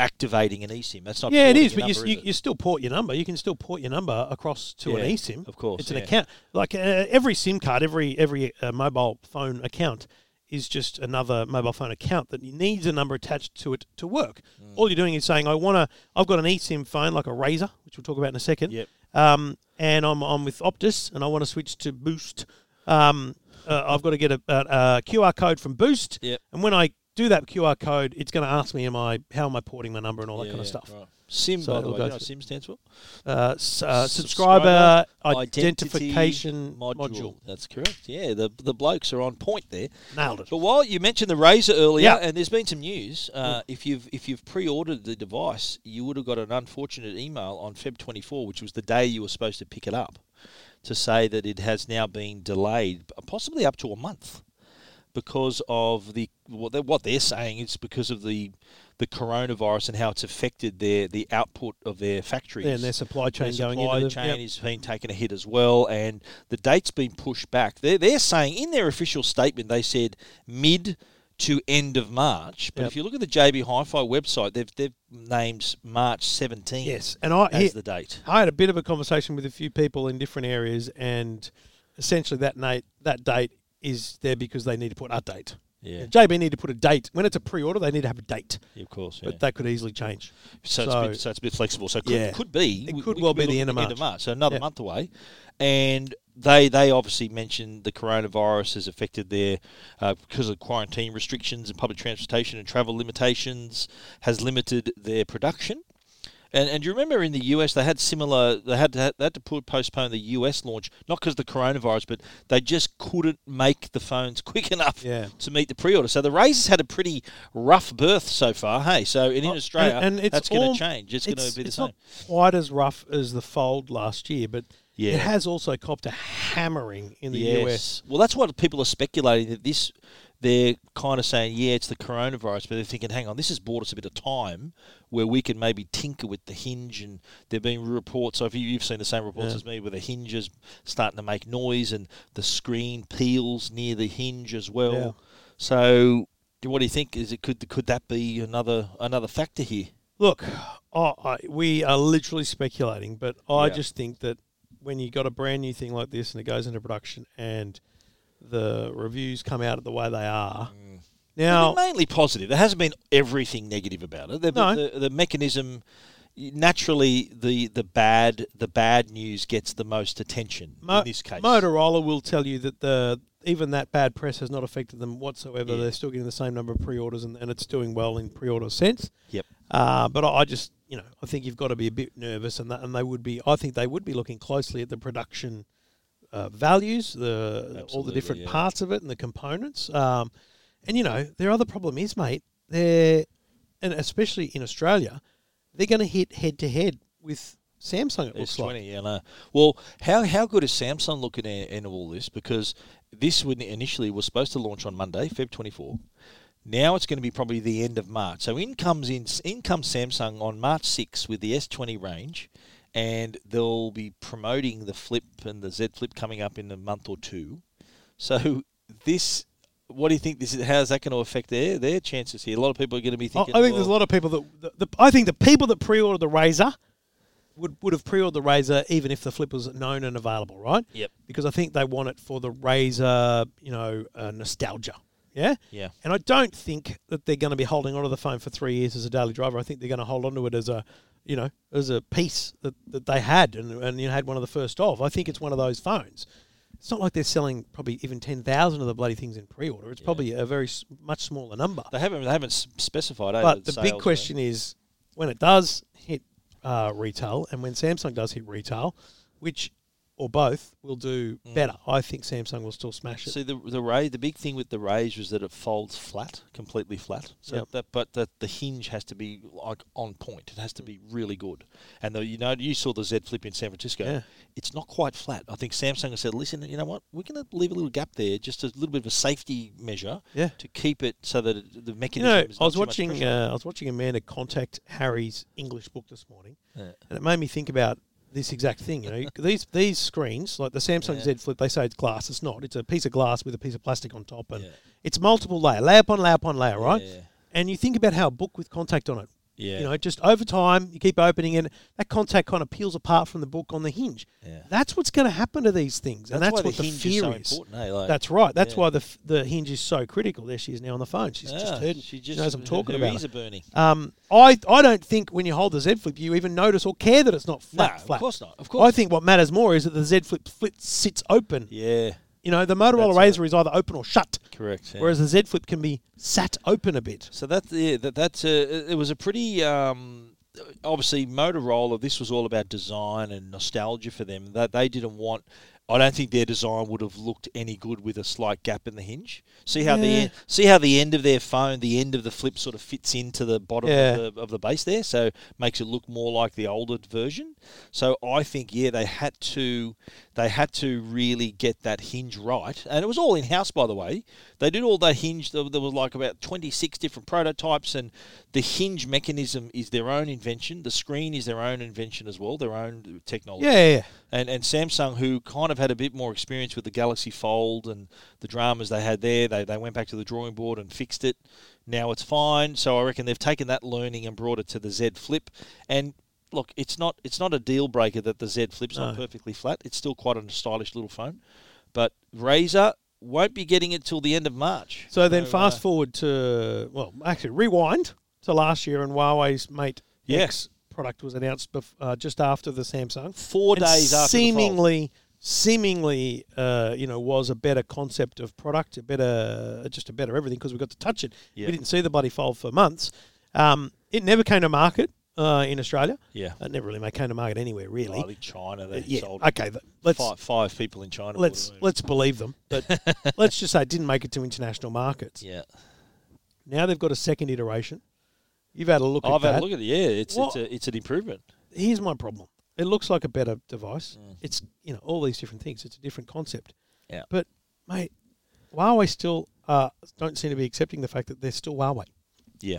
Speaker 2: activating an eSIM. That's not
Speaker 1: Yeah, it
Speaker 2: porting
Speaker 1: is,
Speaker 2: your
Speaker 1: but you,
Speaker 2: number,
Speaker 1: you,
Speaker 2: is it?
Speaker 1: you still port your number. You can still port your number across to an
Speaker 2: Yeah,
Speaker 1: eSIM.
Speaker 2: of course,
Speaker 1: it's an
Speaker 2: yeah.
Speaker 1: account. Like uh, every SIM card, every every uh, mobile phone account is just another mobile phone account that needs a number attached to it to work.
Speaker 2: Mm.
Speaker 1: All you're doing is saying, "I want to. I've got an eSIM phone like a Razor, which we'll talk about in a second.
Speaker 2: Yep.
Speaker 1: Um, and I'm I'm with Optus, and I want to switch to Boost. Um, uh, I've got to get a, a, a QR code from Boost.
Speaker 2: Yep.
Speaker 1: And when I do that QR code, it's going to ask me, "Am I how am I porting my number and all that
Speaker 2: Yeah,
Speaker 1: kind of
Speaker 2: yeah,
Speaker 1: stuff."
Speaker 2: right. SIM,
Speaker 1: So
Speaker 2: by the
Speaker 1: it'll
Speaker 2: way,
Speaker 1: go
Speaker 2: do you know what
Speaker 1: through.
Speaker 2: SIM stands for?
Speaker 1: uh, s- uh, subscriber
Speaker 2: Subscriber
Speaker 1: identification module.
Speaker 2: That's correct. Yeah, the the blokes are on point there.
Speaker 1: Nailed it.
Speaker 2: But while you mentioned the Razor earlier,
Speaker 1: Yeah. Mm.
Speaker 2: and there's been some news, uh, if you've if you've pre-ordered the device, you would have got an unfortunate email on Feb 24, which was the day you were supposed to pick it up, to say that it has now been delayed, uh, possibly up to a month, because of the what they're, what they're saying is because of the the coronavirus and how it's affected their the output of their factories
Speaker 1: Yeah, and their supply chain
Speaker 2: their
Speaker 1: going
Speaker 2: supply
Speaker 1: into the-
Speaker 2: chain
Speaker 1: yep.
Speaker 2: has been taking a hit as well, and the date's been pushed back. They're, they're saying in their official statement they said mid to end of March, but
Speaker 1: Yep.
Speaker 2: if you look at the JB Hi-Fi website, they've they've named March 17
Speaker 1: Yes, and I
Speaker 2: as
Speaker 1: here-
Speaker 2: the date.
Speaker 1: I had a bit of a conversation with a few people in different areas, and essentially that date that date is there because they need to put a date.
Speaker 2: Yeah.
Speaker 1: JB need to put a date. When it's a pre-order, they need to have a date,
Speaker 2: Yeah, of course. Yeah.
Speaker 1: but that could easily change.
Speaker 2: so, it's a bit, so it's a bit flexible. So it could,
Speaker 1: Yeah.
Speaker 2: could be
Speaker 1: It
Speaker 2: we-
Speaker 1: could
Speaker 2: we
Speaker 1: well be the
Speaker 2: looking
Speaker 1: end of
Speaker 2: at
Speaker 1: March.
Speaker 2: So another
Speaker 1: Yeah.
Speaker 2: month away, and they they obviously mentioned the coronavirus has affected their uh, because of quarantine restrictions and public transportation and travel limitations has limited their production. And, and do you remember in the US they had similar they had to, they had to put, postpone the US launch not because of the coronavirus but they just couldn't make the phones quick enough
Speaker 1: Yeah.
Speaker 2: to meet the pre-order. So the Razors had a pretty rough birth so far. Hey, so in
Speaker 1: Oh,
Speaker 2: Australia
Speaker 1: and- and it's
Speaker 2: that's going
Speaker 1: all-
Speaker 2: to change. It's, going to be the
Speaker 1: it's
Speaker 2: same.
Speaker 1: not quite as rough as the fold last year, but
Speaker 2: Yeah.
Speaker 1: it has also copped a hammering in the US.
Speaker 2: Well, that's what people are speculating that this. They're kind of saying, yeah, it's the coronavirus, but they're thinking, hang on, this has bought us a bit of time where we can maybe tinker with the hinge. And there have been reports, so if you, you've seen the same reports as me, where the hinge is starting to make noise and the screen peels near the hinge as well.
Speaker 1: Yeah.
Speaker 2: So, do- what do you think? Is it could could that be another another factor here?
Speaker 1: Look, oh, I, we are literally speculating, but I
Speaker 2: Yeah.
Speaker 1: just think that when you got a brand new thing like this and it goes into production and the reviews come out the way they are, now
Speaker 2: They've been mainly positive. There hasn't been everything negative about it. The,
Speaker 1: No.
Speaker 2: the, the mechanism naturally the the bad the bad news gets the most attention
Speaker 1: Mo-
Speaker 2: in this case.
Speaker 1: Motorola will tell you that the even that bad press has not affected them whatsoever.
Speaker 2: Yeah.
Speaker 1: They're still getting the same number of pre-orders and, and it's doing well in pre-order sense.
Speaker 2: Yep.
Speaker 1: Uh, but I, I just, you know, I think you've got to be a bit nervous, and that, and they would be. I think they would be looking closely at the production uh, values, the all the
Speaker 2: Absolutely,
Speaker 1: different
Speaker 2: yeah.
Speaker 1: parts of it, and the components. Um, and you know, their other problem is, mate, they're and especially in Australia, they're going to hit head to head with Samsung. It
Speaker 2: It's
Speaker 1: looks like.
Speaker 2: twenty, yeah. No. Well, how how good is Samsung looking in, in all this? Because this would initially was supposed to launch on Monday, Feb twenty four. Now it's going to be probably the end of March. So in comes in, in comes Samsung on March 6 with the S20 range, and they'll be promoting the Flip and the Z Flip coming up in a month or two. So this, what do you think? This is how's that going to affect their their chances here? A lot of people are going to
Speaker 1: I
Speaker 2: be
Speaker 1: I
Speaker 2: thinking.
Speaker 1: think there's a lot of people that the, the, I think the people that pre-ordered the Razor would would have pre-ordered the Razor even if the flip was known and available, right?
Speaker 2: Yep.
Speaker 1: Because I think they want it for the Razor, you know, uh, nostalgia. Yeah.
Speaker 2: Yeah.
Speaker 1: And I don't think that they're going to be holding onto the phone for three years as a daily driver. I think they're going to hold onto it as a, you know, as a piece that, that they had and and you know, had one of the first of. I think it's one of those phones. It's not like they're selling probably even ten thousand of the bloody things in pre-order. It's probably a very s- much smaller number.
Speaker 2: They haven't they haven't s- specified. eh,
Speaker 1: But the
Speaker 2: sales,
Speaker 1: big
Speaker 2: eh?
Speaker 1: question is when it does hit uh, retail and when Samsung does hit retail, which or both will do better. I think Samsung will still smash it.
Speaker 2: See the the ray the big thing with the rays was that it folds flat, completely flat. So
Speaker 1: Yep.
Speaker 2: that but that the hinge has to be like on point. It has to be really good. And though you know you saw the Z Flip in San Francisco,
Speaker 1: Yeah.
Speaker 2: it's not quite flat. I think Samsung has said, listen, you know what, we're going to leave a little gap there, just a little bit of a safety measure,
Speaker 1: Yeah.
Speaker 2: to keep it so that it, the
Speaker 1: you
Speaker 2: mechanism.
Speaker 1: know,
Speaker 2: is
Speaker 1: I was
Speaker 2: not too much
Speaker 1: watching
Speaker 2: pressure.
Speaker 1: uh, I was watching Amanda contact Harry's English book this morning,
Speaker 2: Yeah.
Speaker 1: and it made me think about this exact thing. You know, these these screens like the Samsung
Speaker 2: Yeah.
Speaker 1: Z Flip, they say it's glass. It's not. It's a piece of glass with a piece of plastic on top, and
Speaker 2: Yeah.
Speaker 1: it's multiple layer, layer upon layer upon layer, right?
Speaker 2: Yeah.
Speaker 1: And you think about how a book with contact on it
Speaker 2: yeah,
Speaker 1: You know, just over time, you keep opening it. That contact kind of peels apart from the book on the hinge.
Speaker 2: Yeah.
Speaker 1: That's what's going to happen to these things, and that's
Speaker 2: why
Speaker 1: what the,
Speaker 2: hinge
Speaker 1: fear
Speaker 2: is. So
Speaker 1: is.
Speaker 2: important, eh? Like,
Speaker 1: That's right. That's
Speaker 2: Yeah.
Speaker 1: why the f- the hinge is so critical. There she is now on the phone. She's just
Speaker 2: Yeah,
Speaker 1: heard.
Speaker 2: She
Speaker 1: She
Speaker 2: just
Speaker 1: knows I'm talking
Speaker 2: her
Speaker 1: about.
Speaker 2: ears
Speaker 1: her.
Speaker 2: are burning.
Speaker 1: Um, I I don't think when you hold the Z Flip, you even notice or care that it's not flat.
Speaker 2: No, of
Speaker 1: flat.
Speaker 2: course not. Of
Speaker 1: I
Speaker 2: course.
Speaker 1: think what matters more is that the Z Flip flit sits open.
Speaker 2: Yeah,
Speaker 1: You know, the Motorola
Speaker 2: That's
Speaker 1: Razor is either open or shut,
Speaker 2: correct. yeah.
Speaker 1: whereas the Z Flip can be sat open a bit.
Speaker 2: So that's yeah, that that's a, it was a pretty um, obviously Motorola. This was all about design and nostalgia for them. That they didn't want. I don't think their design would have looked any good with a slight gap in the hinge. See how
Speaker 1: Yeah.
Speaker 2: the e, see how the end of their phone, the end of the flip, sort of fits into the bottom
Speaker 1: Yeah.
Speaker 2: of, the, of the base there, so makes it look more like the older version. So I think yeah, they had to they had to really get that hinge right, and it was all in house by the way. They did all that hinge. There there was like about twenty six different prototypes, and the hinge mechanism is their own invention. The screen is their own invention as well, their own technology
Speaker 1: Yeah, yeah, yeah.
Speaker 2: and and Samsung, who kind of had a bit more experience with the Galaxy Fold and the dramas they had there, they they went back to the drawing board and fixed it. Now it's fine. So I reckon they've taken that learning and brought it to the Z Flip. And look, it's not it's not a deal breaker that the Z Flip's not perfectly flat. It's still quite a stylish little phone. But Razer, won't be getting it till the end of March.
Speaker 1: So then,
Speaker 2: uh,
Speaker 1: fast forward to well, actually, rewind to last year, and Huawei's Mate
Speaker 2: Yeah.
Speaker 1: X product was announced bef- uh, just after the Samsung.
Speaker 2: four
Speaker 1: And
Speaker 2: days after the Fold.
Speaker 1: seemingly seemingly uh, you know was a better concept of product a better just a better everything because we got to touch it
Speaker 2: Yeah.
Speaker 1: we didn't see the bloody fold for months um, it never came to market uh, in australia
Speaker 2: Yeah.
Speaker 1: it never really ma- came to market anywhere really
Speaker 2: I think China they
Speaker 1: Uh, yeah
Speaker 2: sold
Speaker 1: okay th- let's
Speaker 2: five, five people in China.
Speaker 1: let's
Speaker 2: bought it.
Speaker 1: let's believe them but let's just say it didn't make it to international markets
Speaker 2: yeah.
Speaker 1: now they've got a second iteration you've had a look
Speaker 2: I've
Speaker 1: at
Speaker 2: had a
Speaker 1: that
Speaker 2: look at it. Yeah, it's
Speaker 1: What-
Speaker 2: it's a, it's an improvement.
Speaker 1: here's my problem. It looks like a better device. It's you know all these different things. It's a different concept.
Speaker 2: Mm. Yeah.
Speaker 1: But mate, Huawei still uh, don't seem to be accepting the fact that they're still Huawei.
Speaker 2: Yeah,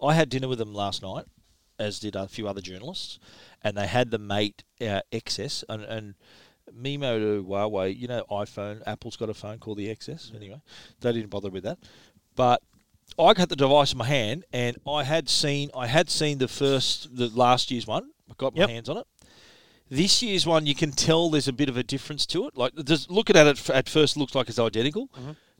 Speaker 2: I had dinner with them last night, as did a few other journalists, and they had the Mate uh, XS and and Mimo to Huawei. You know, iPhone, Apple's got a phone called the XS. Anyway, they didn't bother with that, but. I got the device in my hand, and I had seen I had seen the first the last year's one. I got my
Speaker 1: Yep.
Speaker 2: hands on it. This year's one, you can tell there's a bit of a difference to it. Like just looking at it f- at first, looks like it's identical,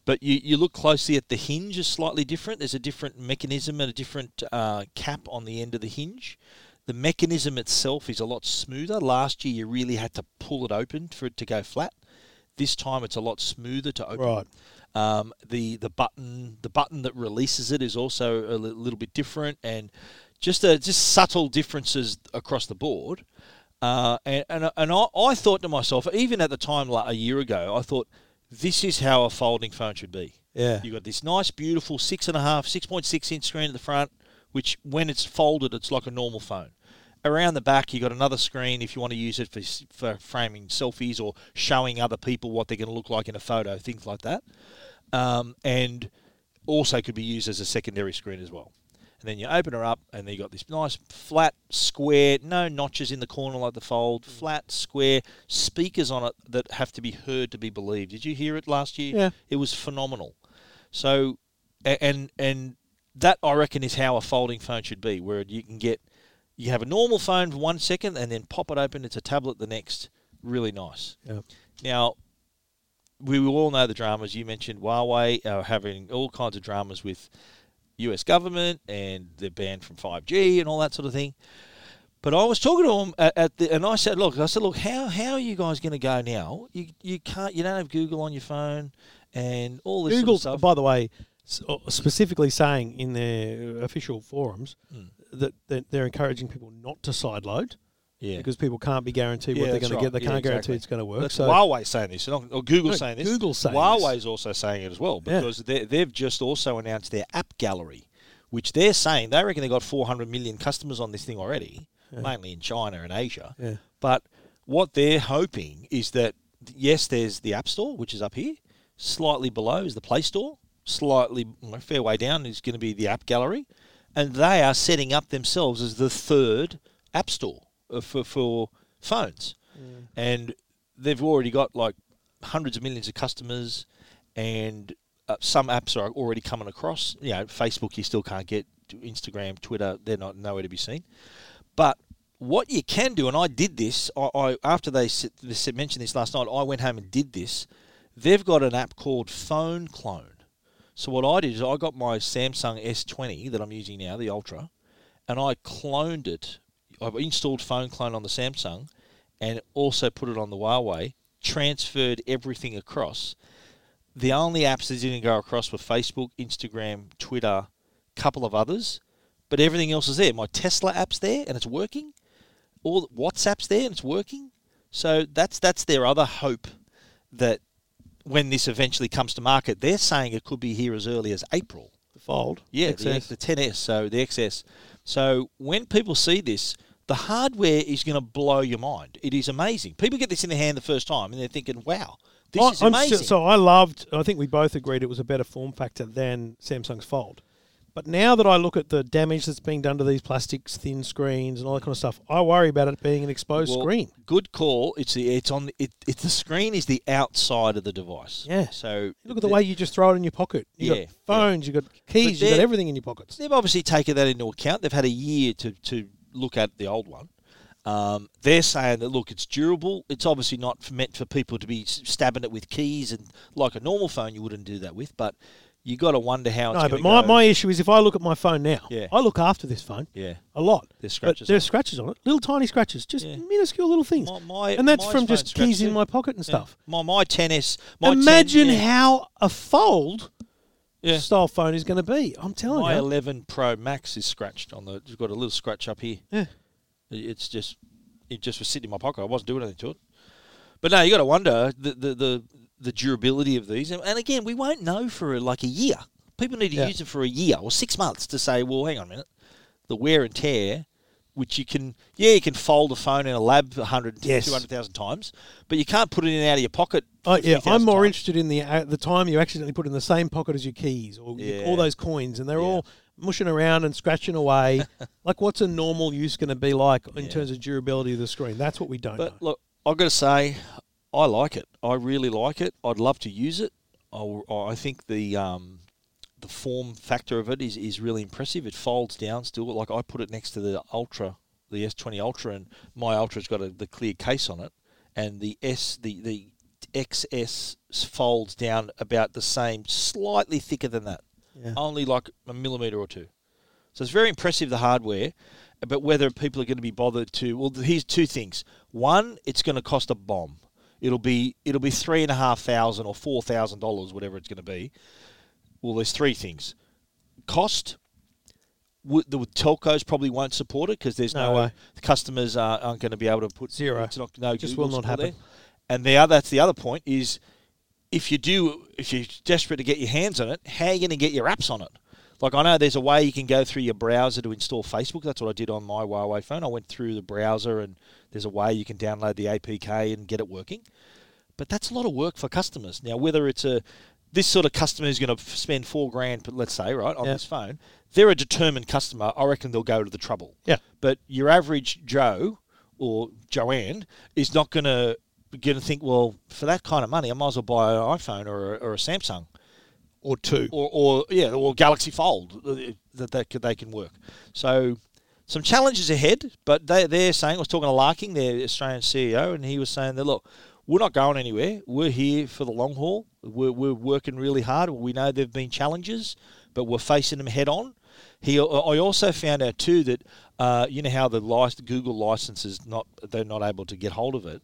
Speaker 2: but you, you look closely at the hinge is slightly different. There's a different mechanism and a different uh, cap on the end of the hinge. The mechanism itself is a lot smoother. Last year, you really had to pull it open for it to go flat. This time, it's a lot smoother to open.
Speaker 1: Right.
Speaker 2: Um, the the button the button that releases it is also a li- little bit different, and just uh just subtle differences across the board. Uh, and and, and I, I thought to myself, even at the time like a year ago, I thought this is how a folding phone should be.
Speaker 1: Yeah.
Speaker 2: you got this nice, beautiful six and a half, six point six inch screen at the front, which when it's folded, it's like a normal phone. Around the back, you got another screen if you want to use it for, s- for framing selfies or showing other people what they're going to look like in a photo, things like that um, and also could be used as a secondary screen as well. And then you open her up, and then you got this nice flat square, no notches in the corner like the fold, flat square speakers on it that have to be heard to be believed. Did you hear it last year?
Speaker 1: Yeah.
Speaker 2: it was phenomenal. So, a- and and that I reckon is how a folding phone should be, where you can get you have a normal phone for one second, and then pop it open. It's a tablet the next. Really nice.
Speaker 1: Yeah.
Speaker 2: Now, we will all know the dramas. You mentioned Huawei are having all kinds of dramas with US government and they're banned from 5G and all that sort of thing. But I was talking to them at, at the, and I said, look, I said, look, how, how are you guys going to go now? You, you can't, you don't have Google on your phone and all this sort of
Speaker 1: Google's
Speaker 2: stuff.
Speaker 1: by the way s- uh, specifically saying in their uh, official forums
Speaker 2: Hmm.
Speaker 1: that, that they're encouraging people not to sideload
Speaker 2: yeah.
Speaker 1: because people can't be guaranteed what
Speaker 2: Yeah,
Speaker 1: they're
Speaker 2: that's
Speaker 1: going
Speaker 2: right.
Speaker 1: to get. They
Speaker 2: Yeah,
Speaker 1: can't
Speaker 2: exactly.
Speaker 1: guarantee it's going to work.
Speaker 2: That's
Speaker 1: so
Speaker 2: Huawei saying this, not- or Google
Speaker 1: No,
Speaker 2: saying this.
Speaker 1: Google's saying this.
Speaker 2: Huawei's also saying it as well because they they've just also announced their app gallery, which they're saying they reckon they got 400 million customers on this thing already, mainly in China and Asia.
Speaker 1: Yeah.
Speaker 2: But what they're hoping is that yes, there's the App Store, which is up here. Slightly below is the Play Store. Slightly a fair way down is going to be the App Gallery, and they are setting up themselves as the third App Store uh, for for phones, and they've already got like hundreds of millions of customers, and uh, some apps are already coming across. You know, Facebook you still can't get, Instagram, Twitter they're not nowhere to be seen. But what you can do, and I did this. I, I after they s- they s- mentioned this last night, I went home and did this. They've got an app called Phone Clone. So what I did is I got my Samsung S20 that I'm using now, the Ultra, and I cloned it. I've installed Phone Clone on the Samsung, and also put it on the Huawei. Transferred everything across. The only apps that didn't go across were Facebook, Instagram, Twitter, couple of others, but everything else is there. My Tesla app's there and it's working. All WhatsApp's there and it's working. So that's that's their other hope that when this eventually comes to market, they're saying it could be here as early as April.
Speaker 1: the fold.
Speaker 2: Yeah,
Speaker 1: XS.
Speaker 2: the, X- the 10S, so the XS. So when people see this, the hardware is going to blow your mind. It is amazing. People get this in their hand the first time and they're thinking, "Wow, this
Speaker 1: I-
Speaker 2: is
Speaker 1: I'm
Speaker 2: amazing."
Speaker 1: still- so I loved. I think we both agreed it was a better form factor than Samsung's Fold. But now that I look at the damage that's being done to these plastics, thin screens, and all that kind of stuff, I worry about it being an exposed
Speaker 2: Well,
Speaker 1: screen.
Speaker 2: Good call. It's the it's on the- it, it's the screen is the outside of the device.
Speaker 1: Yeah.
Speaker 2: So
Speaker 1: Look at the way you just throw it in your pocket. You
Speaker 2: Yeah,
Speaker 1: got phones, you got keys,
Speaker 2: But
Speaker 1: you got
Speaker 2: they're-
Speaker 1: everything in your pockets.
Speaker 2: they've obviously taken that into account. They've had a year to to look at the old one, Um, they're saying that look, it's durable. It's obviously not f- meant for people to be s- stabbing it with keys and like a normal phone, you wouldn't do that with. But you got to wonder how. it's
Speaker 1: No, but
Speaker 2: gonna
Speaker 1: my,
Speaker 2: go.
Speaker 1: my issue is if I look at my phone now,
Speaker 2: Yeah.
Speaker 1: I look after this phone
Speaker 2: yeah,
Speaker 1: a lot.
Speaker 2: There's
Speaker 1: But
Speaker 2: scratches on
Speaker 1: there's
Speaker 2: it.
Speaker 1: scratches on it, little tiny scratches, just
Speaker 2: Yeah.
Speaker 1: minuscule little things.
Speaker 2: My- my-
Speaker 1: and that's
Speaker 2: my
Speaker 1: from
Speaker 2: phone
Speaker 1: just keys
Speaker 2: scratched
Speaker 1: in
Speaker 2: too.
Speaker 1: my pocket and
Speaker 2: Yeah.
Speaker 1: stuff.
Speaker 2: My my tennis. My 10
Speaker 1: Imagine
Speaker 2: yeah,
Speaker 1: how a fold
Speaker 2: yeah.
Speaker 1: style phone is going to be. I'm telling
Speaker 2: My
Speaker 1: you.
Speaker 2: 11 Pro Max is scratched on the. It's got a little scratch up here.
Speaker 1: Yeah.
Speaker 2: It's just it just was sitting in my pocket. I wasn't doing anything to it. But no, you got to wonder the, the the the durability of these. And, and again, we won't know for like a year. People need to
Speaker 1: Yeah.
Speaker 2: use it for a year or six months to say, well, hang on a minute, the wear and tear. Which you can, yeah, you can fold a phone in a lab 100,
Speaker 1: Yes.
Speaker 2: 200,000 times, but you can't put it in and out of your pocket.
Speaker 1: Oh, yeah,
Speaker 2: 50,000
Speaker 1: I'm more
Speaker 2: times.
Speaker 1: interested in the uh, the time you accidentally put in the same pocket as your keys or your,
Speaker 2: Yeah.
Speaker 1: all those coins, and they're all mushing around and scratching away. like, what's a normal use going to be like in terms of durability of the screen? That's what we don't know.
Speaker 2: But look, I've got to say, I like it. I really like it. I'd love to use it. I, I think the um, the form factor of it is, is really impressive. It folds down still. Like I put it next to the Ultra, the S20 Ultra, and my Ultra's got a, the clear case on it, and the S the the XS folds down about the same, slightly thicker than that,
Speaker 1: Yeah.
Speaker 2: only like a millimeter or two. So it's very impressive the hardware, but whether people are going to be bothered to well, here's two things. One, it's going to cost a bomb. It'll be it'll be three and a half thousand or four thousand dollars, whatever it's going to be. Well, there's three things. Cost. wo- The telcos probably won't support it because there's
Speaker 1: No
Speaker 2: no,
Speaker 1: way.
Speaker 2: the customers are, aren't going to be able to put
Speaker 1: Zero.
Speaker 2: It's not no
Speaker 1: Just
Speaker 2: Google
Speaker 1: will not
Speaker 2: support there.
Speaker 1: happen.
Speaker 2: And the other, that's the other point is if you do, if you're desperate to get your hands on it, how are you going to get your apps on it? Like I know there's a way you can go through your browser to install Facebook. That's what I did on my Huawei phone. I went through the browser and there's a way you can download the APK and get it working. But that's a lot of work for customers. Now, whether it's a this sort of customer who's going to spend four grand, but let's say right on
Speaker 1: Yeah.
Speaker 2: this phone, they're a determined customer. I reckon they'll go to the trouble.
Speaker 1: Yeah.
Speaker 2: But your average Joe or Joanne is not going to going to think, well, for that kind of money, I might as well buy an iPhone or a, or a Samsung
Speaker 1: or two.
Speaker 2: or, or yeah, or Galaxy Fold uh, that that could, they can work. So some challenges ahead, but they they're saying I was talking to Larking, their Australian CEO, and he was saying that look, we're not going anywhere. We're here for the long haul. We're we're working really hard. We know there've been challenges, but we're facing them head on. He, I also found out too that uh, you know how the lic- Google license is not they're not able to get hold of it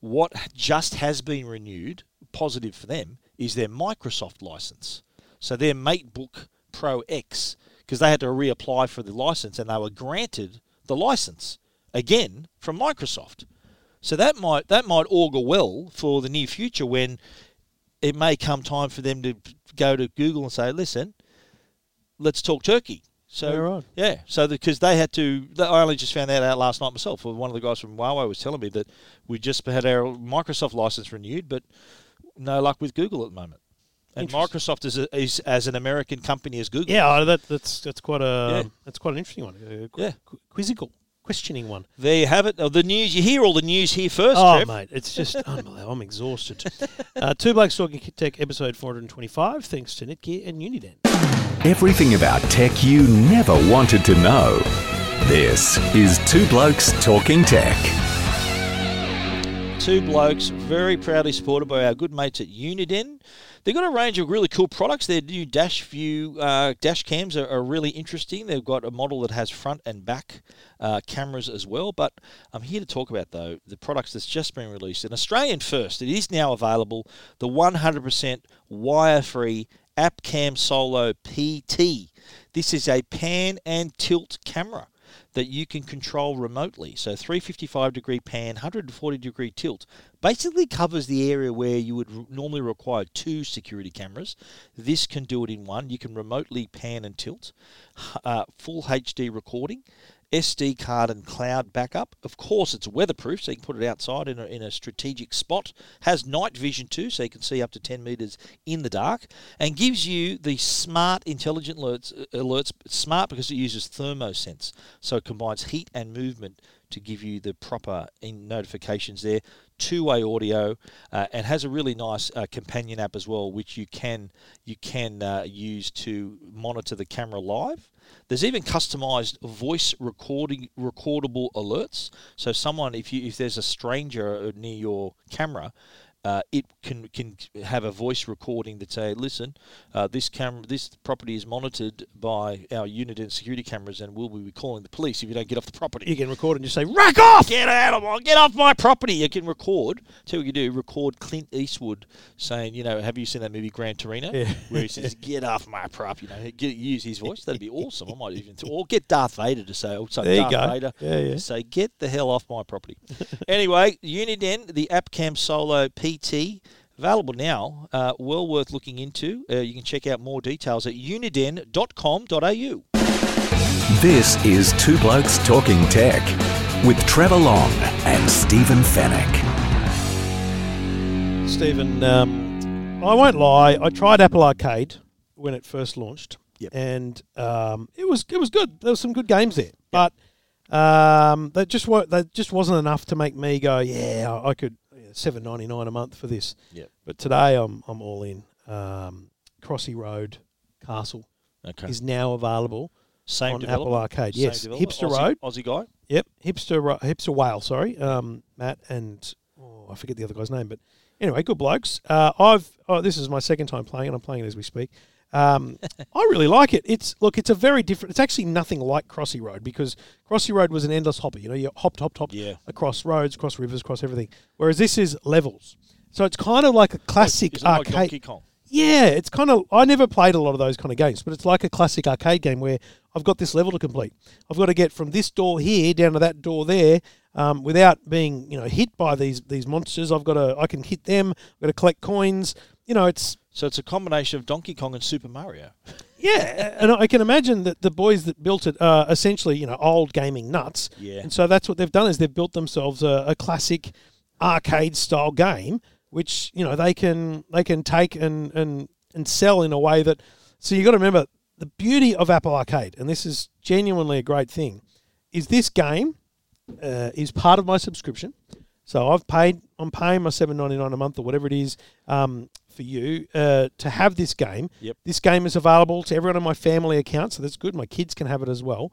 Speaker 2: what just has been renewed, positive for them, is their Microsoft license. So their MateBook Pro X, because they had to reapply for the license and they were granted the license again from Microsoft. So that might that might augur well for the near future when it may come time for them to go to Google and say, "Listen, let's talk turkey." So
Speaker 1: Yeah, right.
Speaker 2: yeah, so because they had to, th- I only just found that out last night myself. One of the guys from Huawei was telling me that we just had our Microsoft license renewed, but no luck with Google at the moment. And Microsoft is, a, is as an American company as Google.
Speaker 1: Yeah, oh, that, that's that's quite a
Speaker 2: Yeah.
Speaker 1: that's quite an interesting one. Uh, qu-
Speaker 2: Yeah.
Speaker 1: qu- quizzical, questioning one.
Speaker 2: there you have it. Oh, the news you hear all the news here first.
Speaker 1: Oh,
Speaker 2: Trev.
Speaker 1: mate, it's just unbelievable. I'm exhausted. Uh, Two Blokes Talking Tech, episode 425, thanks to Netgear and Uniden.
Speaker 3: Everything about tech you never wanted to know. This is Two Blokes Talking Tech.
Speaker 2: Two blokes, very proudly supported by our good mates at Uniden. They've got a range of really cool products. Their new dash view uh, dash cams are, are really interesting. They've got a model that has front and back uh, cameras as well. But I'm here to talk about though the products that's just been released. An Australian first. It is now available. The 100% wire-free AppCam Solo PT. This is a pan and tilt camera that you can control remotely. So 355 degree pan, 140 degree tilt basically covers the area where you would r- normally require two security cameras. This can do it in one. You can remotely pan and tilt, H- uh, full HD recording, SD card and cloud backup. Of course, it's weatherproof, so you can put it outside in a, in a strategic spot. Has night vision too, so you can see up to 10 meters in the dark, and gives you the smart intelligent alerts. alerts smart because it uses thermosense, so it combines heat and movement to give you the proper in notifications there. two-way audio, uh, and has a really nice uh, companion app as well, which you can you can uh, use to monitor the camera live. There's even customized voice recording recordable alerts. So someone, if you if there's a stranger uh, near your camera, uh, it can can have a voice recording that say, "Listen, uh, this camera, this property is monitored by our unit and security cameras, and we'll be calling the police if you don't get off the property."
Speaker 1: You can record and just say, rack off!
Speaker 2: Get out of my get off my property. You can record. Tell you do record Clint Eastwood saying, you know, have you seen that movie Gran Torino,
Speaker 1: Yeah.
Speaker 2: where he says, "Get off my prop," you know, get, use his voice. That'd be awesome. I might even or get Darth Vader to say, oh, so
Speaker 1: There you
Speaker 2: Darth
Speaker 1: go.
Speaker 2: Vader
Speaker 1: Yeah, yeah.
Speaker 2: to say, get the hell off my property. anyway, Uniden, the AppCam Solo PT. Available now, uh, well worth looking into. Uh, you can check out more details at uniden.com.au.
Speaker 3: This is Two Blokes Talking Tech with Trevor Long and Stephen Fennec.
Speaker 1: Stephen, um, I won't lie. I tried Apple Arcade when it first launched,
Speaker 2: Yep.
Speaker 1: and um, it was it was good. There were some good games there, but um, they just were they just wasn't enough to make me go, yeah, I- I could seven ninety nine a month for this.
Speaker 2: Yep.
Speaker 1: But today I'm I'm all in. Um, Crossy Road Castle
Speaker 2: Okay.
Speaker 1: is now available.
Speaker 2: Same
Speaker 1: on
Speaker 2: developer?
Speaker 1: Apple Arcade,
Speaker 2: Same
Speaker 1: yes.
Speaker 2: developer? Oh,
Speaker 1: Hipster
Speaker 2: Aussie,
Speaker 1: Road.
Speaker 2: Aussie guy.
Speaker 1: Yep, hipster Ro- hipster whale. Sorry, um, Matt and oh, I forget the other guy's name, but anyway, good blokes. Uh, I've oh, this is my second time playing, and I'm playing it as we speak. Um, I really like it. It's look, it's a very different. It's actually nothing like Crossy Road because Crossy Road was an endless hopper. You know, you hopped, hopped, hopped
Speaker 2: Yeah.
Speaker 1: across roads, across rivers, across everything. Whereas this is levels, so it's kind of like a classic
Speaker 2: Oh, Is it like
Speaker 1: arcade.
Speaker 2: Donkey Kong?
Speaker 1: Yeah, it's kind of. I never played a lot of those kind of games, but it's like a classic arcade game where I've got this level to complete. I've got to get from this door here down to that door there um, without being, you know, hit by these these monsters. I've got to. I can hit them. I've got to collect coins. You know, it's
Speaker 2: So it's a combination of Donkey Kong and Super Mario.
Speaker 1: yeah, and I can imagine that the boys that built it are essentially, you know, old gaming nuts.
Speaker 2: Yeah.
Speaker 1: And so that's what they've done is they've built themselves a, a classic arcade style game, which you know they can they can take and and and sell in a way that. So you got to remember the beauty of Apple Arcade, and this is genuinely a great thing, is this game uh, is part of my subscription. So I've paid, I'm paying my seven ninety nine a month or whatever it is um, for you uh, to have this game.
Speaker 2: Yep.
Speaker 1: This game is available to everyone on my family account, so that's good. My kids can have it as well.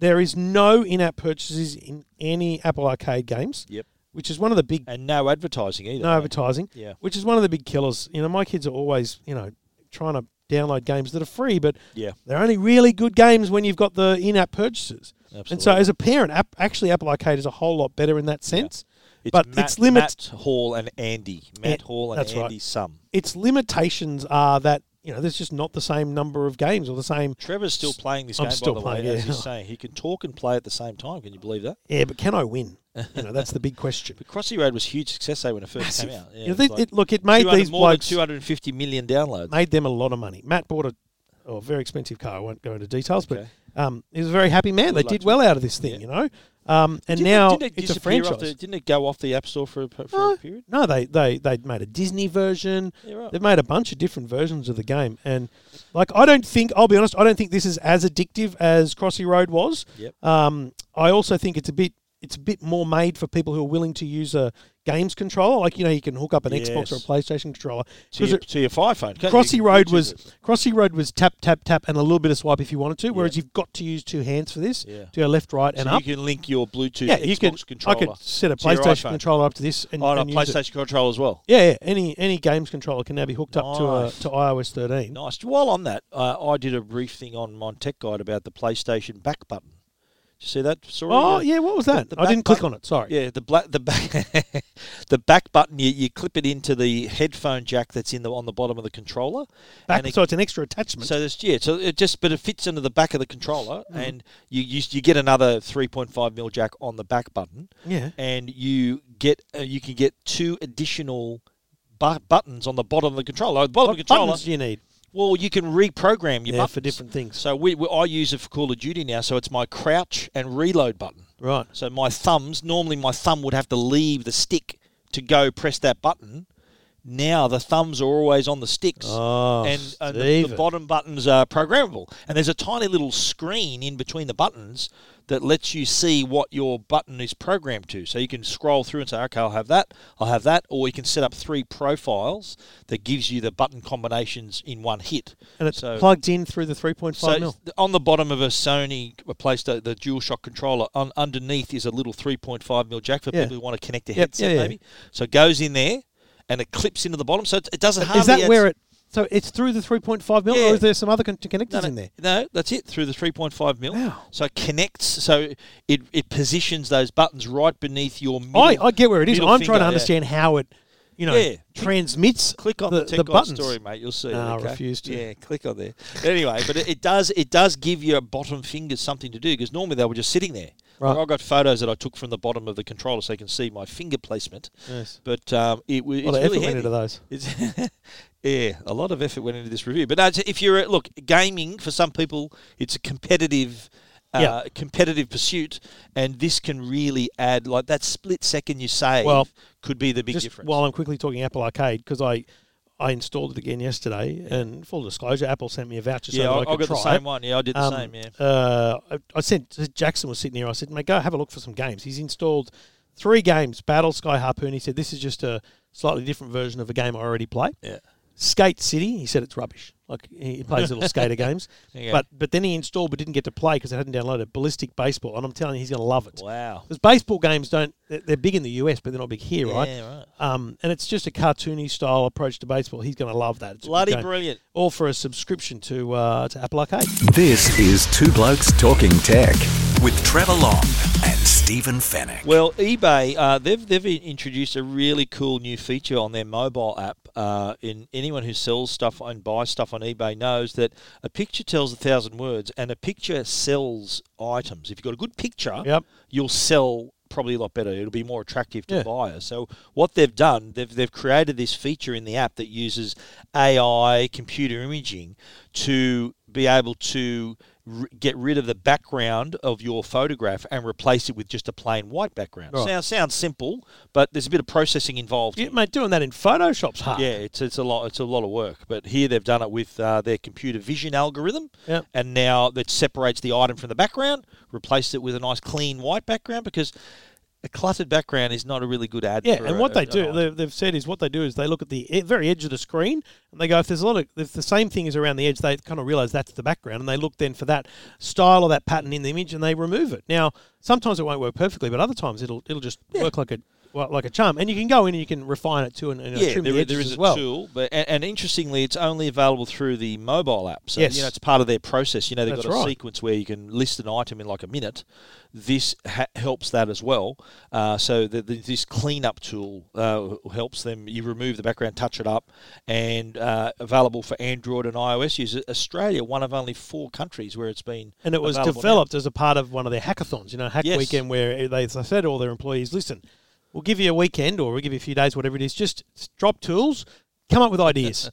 Speaker 1: There is no in-app purchases in any Apple Arcade games.
Speaker 2: Yep.
Speaker 1: Which is one of the big
Speaker 2: And no advertising either.
Speaker 1: no
Speaker 2: right?
Speaker 1: advertising.
Speaker 2: Yeah.
Speaker 1: Which is one of the big killers. You know, my kids are always you know trying to download games that are free, but
Speaker 2: Yeah.
Speaker 1: they're only really good games when you've got the in-app purchases. And so,
Speaker 2: Absolutely.
Speaker 1: as a parent, app, actually, Apple Arcade is a whole lot better in that sense.
Speaker 2: It's
Speaker 1: but
Speaker 2: Matt,
Speaker 1: its limits,
Speaker 2: Matt Hall and Andy. Matt
Speaker 1: Yeah,
Speaker 2: Hall and
Speaker 1: that's
Speaker 2: Andy
Speaker 1: right.
Speaker 2: Sum.
Speaker 1: its limitations are that you know there's just not the same number of games or the same.
Speaker 2: Trevor's still playing this
Speaker 1: I'm
Speaker 2: game,
Speaker 1: still
Speaker 2: by the
Speaker 1: playing,
Speaker 2: way, as
Speaker 1: yeah.
Speaker 2: he's saying. He can talk and play at the same time. Can you believe that?
Speaker 1: Yeah, but can I win? You know, that's the big question.
Speaker 2: But Crossy Road was a huge success, though, when it first came out. Yeah,
Speaker 1: You know,
Speaker 2: it
Speaker 1: they-
Speaker 2: was like
Speaker 1: it- look, it made
Speaker 2: 200
Speaker 1: these
Speaker 2: more than
Speaker 1: blokes
Speaker 2: 250 million downloads.
Speaker 1: made them a lot of money. Matt bought a, oh, a very expensive car. I won't go into details,
Speaker 2: Okay.
Speaker 1: but um, he was a very happy man. They
Speaker 2: luck
Speaker 1: did
Speaker 2: to
Speaker 1: well out of this thing,
Speaker 2: Yeah.
Speaker 1: you know. Um, and
Speaker 2: Didn't it-
Speaker 1: now
Speaker 2: didn't it
Speaker 1: it's a
Speaker 2: disappear off
Speaker 1: franchise.
Speaker 2: the- didn't it go off the App Store for a, for
Speaker 1: no,
Speaker 2: a period?
Speaker 1: no, they they they made a Disney version.
Speaker 2: Yeah, right.
Speaker 1: They've made a bunch of different versions of the game, and like I don't think I'll be honest, I don't think this is as addictive as Crossy Road was.
Speaker 2: Yep.
Speaker 1: Um, I also think it's a bit it's a bit more made for people who are willing to use a games controller. Like you know, you can hook up an Xbox or a
Speaker 2: Yes.
Speaker 1: PlayStation controller.
Speaker 2: To
Speaker 1: 'Cause
Speaker 2: your,
Speaker 1: it-
Speaker 2: to your Fire phone. can't you? You
Speaker 1: Crossy
Speaker 2: can
Speaker 1: Road
Speaker 2: Bluetooth
Speaker 1: was
Speaker 2: it.
Speaker 1: Crossy Road was tap tap tap and a little bit of swipe if you wanted to. Whereas you've got to use two hands for this,
Speaker 2: Yeah.
Speaker 1: to your left, right,
Speaker 2: So
Speaker 1: and up.
Speaker 2: you can link your Bluetooth
Speaker 1: yeah,
Speaker 2: Xbox
Speaker 1: you could. I
Speaker 2: controller.
Speaker 1: could set a
Speaker 2: to your
Speaker 1: PlayStation
Speaker 2: iPhone.
Speaker 1: controller up to this and,
Speaker 2: Oh, no,
Speaker 1: and use it.
Speaker 2: PlayStation controller as well.
Speaker 1: Yeah, yeah, any any games controller can now be hooked up to uh,
Speaker 2: Nice.
Speaker 1: to iOS 13.
Speaker 2: Nice. While on that, uh, I did a brief thing on my tech guide about the PlayStation back button. Did you see that? Sorry,
Speaker 1: Oh yeah, what was that?
Speaker 2: the
Speaker 1: I
Speaker 2: back
Speaker 1: didn't click
Speaker 2: button-
Speaker 1: on it. Sorry.
Speaker 2: Yeah, the black, the back, the back button. You, you clip it into the headphone jack that's in the on the bottom of the controller.
Speaker 1: Back,
Speaker 2: and it-
Speaker 1: so it's an extra attachment.
Speaker 2: so there's yeah, so it just but it fits into the back of the controller,
Speaker 1: Mm-hmm.
Speaker 2: and you, you you get another 3.5 mil jack on the back button.
Speaker 1: Yeah.
Speaker 2: and you get uh, you can get two additional bu- buttons on the bottom of the controller. The bottom
Speaker 1: what
Speaker 2: of the controller.
Speaker 1: buttons do you need?
Speaker 2: Well, you can reprogram your
Speaker 1: Yeah,
Speaker 2: buttons
Speaker 1: for different things.
Speaker 2: So we, we I use it for Call of Duty now. So it's my crouch and reload button.
Speaker 1: Right.
Speaker 2: So my thumbs normally my thumb would have to leave the stick to go press that button, Now the thumbs are always on the sticks,
Speaker 1: Oh,
Speaker 2: and, and the, the
Speaker 1: Stephen.
Speaker 2: bottom buttons are programmable. And there's a tiny little screen in between the buttons that lets you see what your button is programmed to. So you can scroll through and say, "Okay, I'll have that. I'll have that," or you can set up three profiles that gives you the button combinations in one hit.
Speaker 1: and it's
Speaker 2: so-
Speaker 1: plugged in through the 3.5
Speaker 2: So
Speaker 1: mil.
Speaker 2: th- on the bottom of a Sony replaced the, the DualShock controller. On underneath is a little 3.5 mil jack for
Speaker 1: Yeah.
Speaker 2: people who want to connect a
Speaker 1: Yep,
Speaker 2: headset,
Speaker 1: yeah, yeah.
Speaker 2: maybe. So it goes in there and it clips into the bottom. So it, it doesn't hardly.
Speaker 1: Is that
Speaker 2: add-
Speaker 1: where it? So it's through the 3.5 mil,
Speaker 2: Yeah.
Speaker 1: or is there some other con- connectors
Speaker 2: no, no,
Speaker 1: in there?
Speaker 2: No, that's it through the 3.5 mil.
Speaker 1: Wow.
Speaker 2: So it connects. So it, it positions those buttons right beneath your. Middle,
Speaker 1: I, I get where it is. I'm
Speaker 2: middle
Speaker 1: trying to
Speaker 2: finger, yeah.
Speaker 1: understand how it, you know,
Speaker 2: Yeah.
Speaker 1: transmits.
Speaker 2: Click on
Speaker 1: the,
Speaker 2: the,
Speaker 1: the
Speaker 2: Tech Guide
Speaker 1: buttons.
Speaker 2: story, mate. You'll see.
Speaker 1: No, I
Speaker 2: okay?
Speaker 1: refuse to.
Speaker 2: Yeah, click on there. Anyway, but it, it does it does give your bottom fingers something to do because normally they were just sitting there.
Speaker 1: Right.
Speaker 2: I've got photos that I took from the bottom of the controller so you can see my finger placement.
Speaker 1: Yes.
Speaker 2: But um, it was
Speaker 1: A lot of
Speaker 2: it's really
Speaker 1: effort went
Speaker 2: handy.
Speaker 1: into those.
Speaker 2: It's yeah, a lot of effort went into this review. But no, it's- if you're uh, look gaming for some people, it's a competitive. Uh, competitive pursuit, and this can really add like that split second you save
Speaker 1: Well,
Speaker 2: could be the big
Speaker 1: Just
Speaker 2: difference.
Speaker 1: while I'm quickly talking Apple Arcade, because I, I installed it again yesterday, and full disclosure, Apple sent me a voucher so
Speaker 2: yeah,
Speaker 1: that I,
Speaker 2: I, I
Speaker 1: could
Speaker 2: got
Speaker 1: try
Speaker 2: the
Speaker 1: it.
Speaker 2: same one. Yeah, I did the
Speaker 1: Um,
Speaker 2: same. Yeah,
Speaker 1: uh, I, I sent Jackson was sitting here. I said, "Mate, go have a look for some games." He's installed three games: Battle Sky Harpoon. He said, "This is just a slightly different version of a game I already play."
Speaker 2: Yeah.
Speaker 1: Skate City. He said it's rubbish. Like he plays little skater games,
Speaker 2: Yeah.
Speaker 1: but but then he installed but didn't get to play because I hadn't downloaded Ballistic Baseball, and I'm telling you, he's going to love it.
Speaker 2: Wow.
Speaker 1: Because baseball games don't they're, they're big in the US, but they're not big here, right?
Speaker 2: Yeah, right.
Speaker 1: Um, and it's just a cartoony style approach to baseball. He's going to love that. It's a good
Speaker 2: Bloody
Speaker 1: game.
Speaker 2: brilliant.
Speaker 1: All for a subscription to uh, to Apple Arcade.
Speaker 3: This is Two Blokes Talking Tech with Trevor Long and Stephen Fennec.
Speaker 2: Well, eBay, uh, they've they've in- introduced a really cool new feature on their mobile app. Uh, in anyone who sells stuff and buys stuff on eBay knows that a picture tells a thousand words, and a picture sells items. If you've got a good picture,
Speaker 1: Yep.
Speaker 2: you'll sell probably a lot better. It'll be more attractive to
Speaker 1: Yeah.
Speaker 2: buyers. So what they've done, they've they've created this feature in the app that uses AI computer imaging to be able to r- get rid of the background of your photograph and replace it with just a plain white background.
Speaker 1: Right.
Speaker 2: Sounds sounds simple, but there's a bit of processing involved.
Speaker 1: Yeah, mate, doing that in Photoshop's hard.
Speaker 2: Yeah, it's it's a lot it's a lot of work, but here they've done it with uh, their computer vision algorithm,
Speaker 1: Yep.
Speaker 2: and now that separates the item from the background, replaced it with a nice clean white background because a cluttered background is not a really good ad.
Speaker 1: Yeah,
Speaker 2: for
Speaker 1: and
Speaker 2: a-
Speaker 1: what they
Speaker 2: an
Speaker 1: do,
Speaker 2: item.
Speaker 1: they- they've said is what they do is they look at the e- very edge of the screen and they go, if there's a lot of, if the same thing is around the edge, they kind of realize that's the background and they look then for that style or that pattern in the image and they remove it. Now, sometimes it won't work perfectly, but other times it'll it'll just work like a well, like a charm. And you can go in and you can refine it too and, and
Speaker 2: yeah,
Speaker 1: trim
Speaker 2: there,
Speaker 1: the
Speaker 2: i-
Speaker 1: edges
Speaker 2: there is
Speaker 1: as
Speaker 2: a
Speaker 1: well.
Speaker 2: tool, but and, and interestingly, it's only available through the mobile app. So
Speaker 1: Yes.
Speaker 2: you know it's part of their process. You know they've
Speaker 1: That's
Speaker 2: got a
Speaker 1: right.
Speaker 2: sequence where you can list an item in like a minute. This ha- helps that as well. Uh, so the, the, this cleanup tool uh, helps them. You remove the background, touch it up, and uh, available for Android and iOS users. Australia, one of only four countries where it's been
Speaker 1: And it was
Speaker 2: available now.
Speaker 1: developed as a part of one of their hackathons, you know, Hack
Speaker 2: Yes.
Speaker 1: Weekend, where they they said to all their employees, listen, we'll give you a weekend or we'll give you a few days, whatever it is, just s- drop tools, come up with ideas.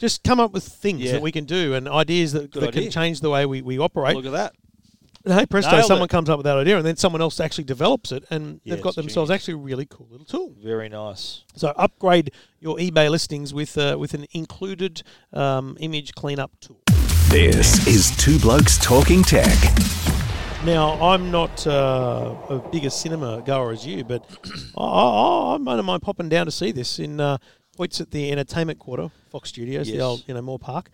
Speaker 1: just come up with things
Speaker 2: Yeah.
Speaker 1: that we can do and ideas that,
Speaker 2: Good
Speaker 1: that can
Speaker 2: idea.
Speaker 1: change the way we, we operate.
Speaker 2: Look at that.
Speaker 1: and hey, presto,
Speaker 2: Nailed
Speaker 1: someone
Speaker 2: it.
Speaker 1: comes up with that idea and then someone else actually develops it and
Speaker 2: Yeah,
Speaker 1: they've got
Speaker 2: it's
Speaker 1: themselves actually a really cool little tool.
Speaker 2: Very nice.
Speaker 1: So upgrade your eBay listings with, uh, with an included um, image cleanup tool.
Speaker 3: This is Two Blokes Talking Tech.
Speaker 1: Now, I'm not uh, a bigger cinema goer as you, but I, I, I don't mind popping down to see this in uh, Hoyts at the Entertainment Quarter, Fox Studios, the
Speaker 2: Yes.
Speaker 1: old you know Moore Park.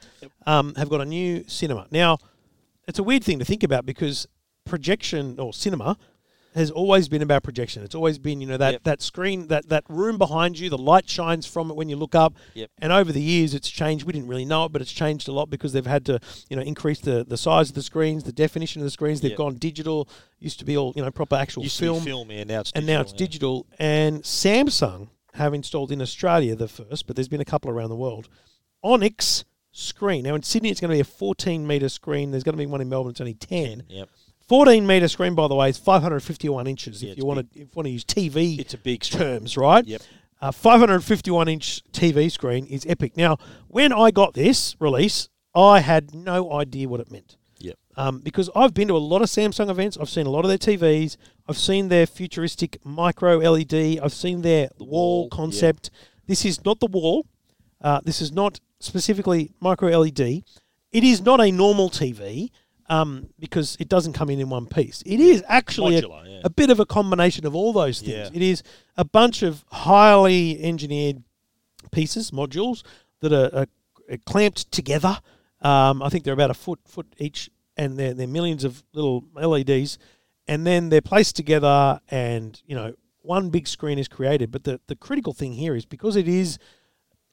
Speaker 1: Um, have got a new cinema. Now, it's a weird thing to think about because projection or cinema has always been about projection. It's always been you know that,
Speaker 2: Yep.
Speaker 1: that screen that that room behind you, the light shines from it when you look up.
Speaker 2: Yep.
Speaker 1: And over the years, it's changed. We didn't really know it, but it's changed a lot because they've had to, you know, increase the, the size of the screens, the definition of the screens. They've
Speaker 2: Yep.
Speaker 1: gone digital. Used to be all, you know, proper actual
Speaker 2: Used
Speaker 1: film,
Speaker 2: to be film, yeah. Now it's
Speaker 1: and
Speaker 2: digital,
Speaker 1: now it's
Speaker 2: yeah.
Speaker 1: digital. And Samsung have installed in Australia the first, but there's been a couple around the world. Onyx screen. Now in Sydney, it's going to be a 14 meter screen. There's going to be one in Melbourne. It's only 10.
Speaker 2: Yep.
Speaker 1: 14 meter screen, by the way, is 551 inches. if
Speaker 2: it's
Speaker 1: you want to, if you want to use TV,
Speaker 2: It's a big screen.
Speaker 1: terms, right? Uh,
Speaker 2: Yep.
Speaker 1: A 551 inch TV screen is epic. Now, when I got this release, I had no idea what it meant.
Speaker 2: Yep.
Speaker 1: Um, because I've been to a lot of Samsung events, I've seen a lot of their TVs, E I've seen their futuristic micro LED, I've seen their wall,
Speaker 2: wall, yeah.
Speaker 1: concept. This is not the wall. Uh, this is not specifically micro LED. It is not a normal TV um, because it doesn't come in in one piece. It is actually a,
Speaker 2: Modular, yeah.
Speaker 1: a bit of a combination of all those things.
Speaker 2: Yeah.
Speaker 1: It is a bunch of highly engineered pieces, modules that are, are, are clamped together. Um, I think they're about a foot foot each, and they're, they're millions of little LEDs, and then they're placed together, and you know one big screen is created. But the the critical thing here is because it is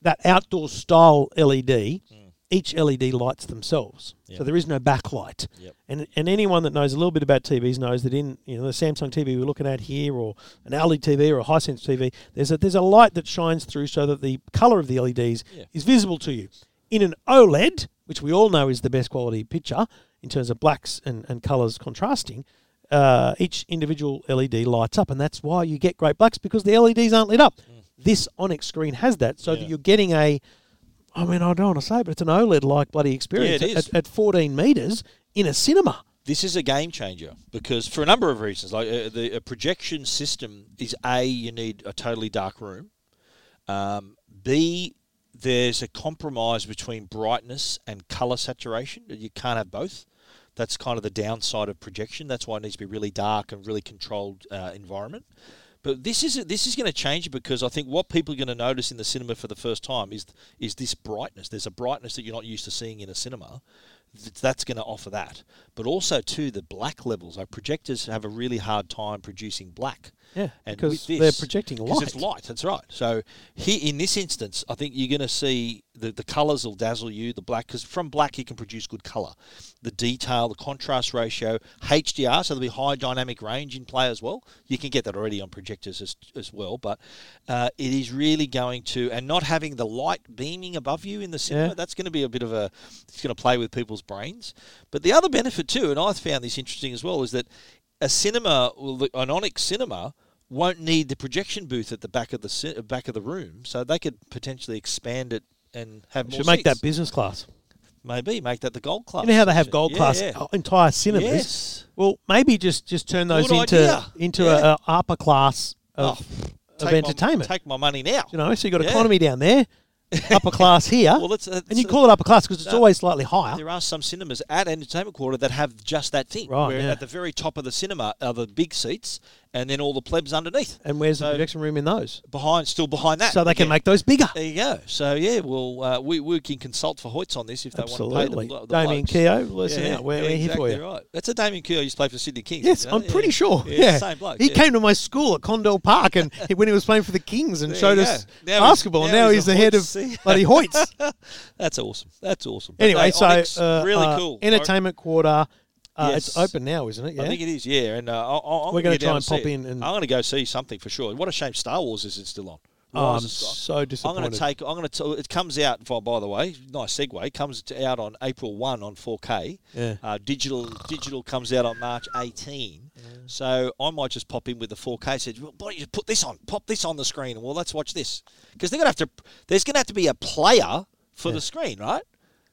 Speaker 1: that outdoor style LED,
Speaker 2: Hmm.
Speaker 1: each LED lights themselves, so there is no backlight.
Speaker 2: Yep.
Speaker 1: And and anyone that knows a little bit about TVs knows that in you know the Samsung TV we're looking at here, or an LED TV or a Hisense TV, there's a there's a light that shines through so that the color of the LEDs
Speaker 2: Yeah.
Speaker 1: is visible to you. In an OLED, which we all know is the best quality picture in terms of blacks and, and colors contrasting, uh, each individual LED lights up, and that's why you get great blacks because the LEDs aren't lit up. This Onyx screen has that, so
Speaker 2: Mm. Yeah.
Speaker 1: that you're getting a I mean, I don't want to say, it, but it's an OLED like bloody experience
Speaker 2: it is.
Speaker 1: At, at 14 meters in a cinema.
Speaker 2: this is a game changer because for a number of reasons like uh, the a projection system is a you need a totally dark room um, b there's a compromise between brightness and color saturation you can't have both that's kind of the downside of projection that's why it needs to be really dark and really controlled uh, environment but this is this is going to change it because I think what people are going to notice in the cinema for the first time is is this brightness. There's a brightness that you're not used to seeing in a cinema. Th- That's going to offer that, but also too the black levels. Like projectors have a really hard time producing black.
Speaker 1: Yeah,
Speaker 2: and
Speaker 1: because
Speaker 2: with this,
Speaker 1: they're projecting
Speaker 2: 'cause It's
Speaker 1: light.
Speaker 2: light. That's right. So here in this instance, I think you're going to see the the colours will dazzle you. The black, because from black you can produce good colour, the detail, the contrast ratio, HDR. So there'll be high dynamic range in play as well. You can get that already on projectors as as well. But uh, it is really going to and not having the light beaming above you in the cinema.
Speaker 1: Yeah.
Speaker 2: That's going to be a bit of a it's going to play with people's brains. But the other benefit too, and I found this interesting as well, is that a cinema, well, the- an Onyx cinema, won't need the projection booth at the back of the ci- back of the room, so they could potentially expand it and have more
Speaker 1: Should make
Speaker 2: seats.
Speaker 1: that business class.
Speaker 2: maybe make that the gold class.
Speaker 1: You know how they have gold
Speaker 2: Yeah,
Speaker 1: class uh,
Speaker 2: yeah.
Speaker 1: entire cinemas.
Speaker 2: Yes.
Speaker 1: Well, maybe just just turn those
Speaker 2: Good
Speaker 1: into
Speaker 2: idea.
Speaker 1: into
Speaker 2: Yeah.
Speaker 1: a, a upper class
Speaker 2: Oh,
Speaker 1: of, of
Speaker 2: take my-
Speaker 1: entertainment.
Speaker 2: take my money now.
Speaker 1: you know, so you have got
Speaker 2: Yeah.
Speaker 1: economy down there, upper class here,
Speaker 2: Well, that's- uh, that's-
Speaker 1: and you call it upper class because it's always slightly higher.
Speaker 2: There are some cinemas at entertainment quarter that have just that thing.
Speaker 1: Right,
Speaker 2: Where
Speaker 1: yeah.
Speaker 2: at the very top of the cinema are the big seats, and then all the plebs underneath.
Speaker 1: And where's the
Speaker 2: So-
Speaker 1: projection room in those?
Speaker 2: behind, still behind that.
Speaker 1: So they can
Speaker 2: Yeah.
Speaker 1: make those bigger.
Speaker 2: There you go. So yeah, well, uh, we we can consult for Hoyts on this if they want to
Speaker 1: Absolutely,
Speaker 2: pay the, the
Speaker 1: Damien
Speaker 2: blokes.
Speaker 1: Keogh, listen
Speaker 2: Yeah,
Speaker 1: out. We're,
Speaker 2: yeah,
Speaker 1: we're here
Speaker 2: exactly
Speaker 1: for you.
Speaker 2: Right. That's a Damien Keogh used to play for Sydney Kings.
Speaker 1: Yes,
Speaker 2: you know?
Speaker 1: I'm
Speaker 2: Yeah.
Speaker 1: pretty sure.
Speaker 2: Yeah,
Speaker 1: Yeah,
Speaker 2: same bloke.
Speaker 1: He
Speaker 2: yeah.
Speaker 1: came to my school at Condell Park, and he- when he was playing for the Kings, and
Speaker 2: There
Speaker 1: showed
Speaker 2: you
Speaker 1: us
Speaker 2: go. Now he's-
Speaker 1: basketball.
Speaker 2: now
Speaker 1: now
Speaker 2: he's
Speaker 1: he's,
Speaker 2: a
Speaker 1: the head
Speaker 2: Hoyts,
Speaker 1: of
Speaker 2: see?
Speaker 1: bloody Hoyts.
Speaker 2: That's awesome. That's awesome. But
Speaker 1: anyway,
Speaker 2: no,
Speaker 1: so
Speaker 2: Onyx,
Speaker 1: uh,
Speaker 2: really
Speaker 1: uh,
Speaker 2: cool.
Speaker 1: Entertainment Quarter. Uh,
Speaker 2: Yes.
Speaker 1: It's open now, isn't it?
Speaker 2: I,
Speaker 1: Yeah.
Speaker 2: I think it is. Yeah, and uh, I- I, I'm
Speaker 1: We're gonna
Speaker 2: going to
Speaker 1: try and pop in and-
Speaker 2: I'm going to go see something for sure. What a shame Star Wars isn't still on.
Speaker 1: Oh,
Speaker 2: Rise
Speaker 1: I'm
Speaker 2: of Sky-
Speaker 1: so
Speaker 2: I'm going
Speaker 1: disappointed.
Speaker 2: to take. I'm going to. It comes out. By, by the way, nice segue. It comes to, out on April one on 4K.
Speaker 1: Yeah.
Speaker 2: Uh, digital digital comes out on March 18. So I might just pop in with the 4K. Said, well, why don't you put this on? Pop this on the screen. and Well, let's watch this because they're going to have to. There's going to have to be a player for the screen, right?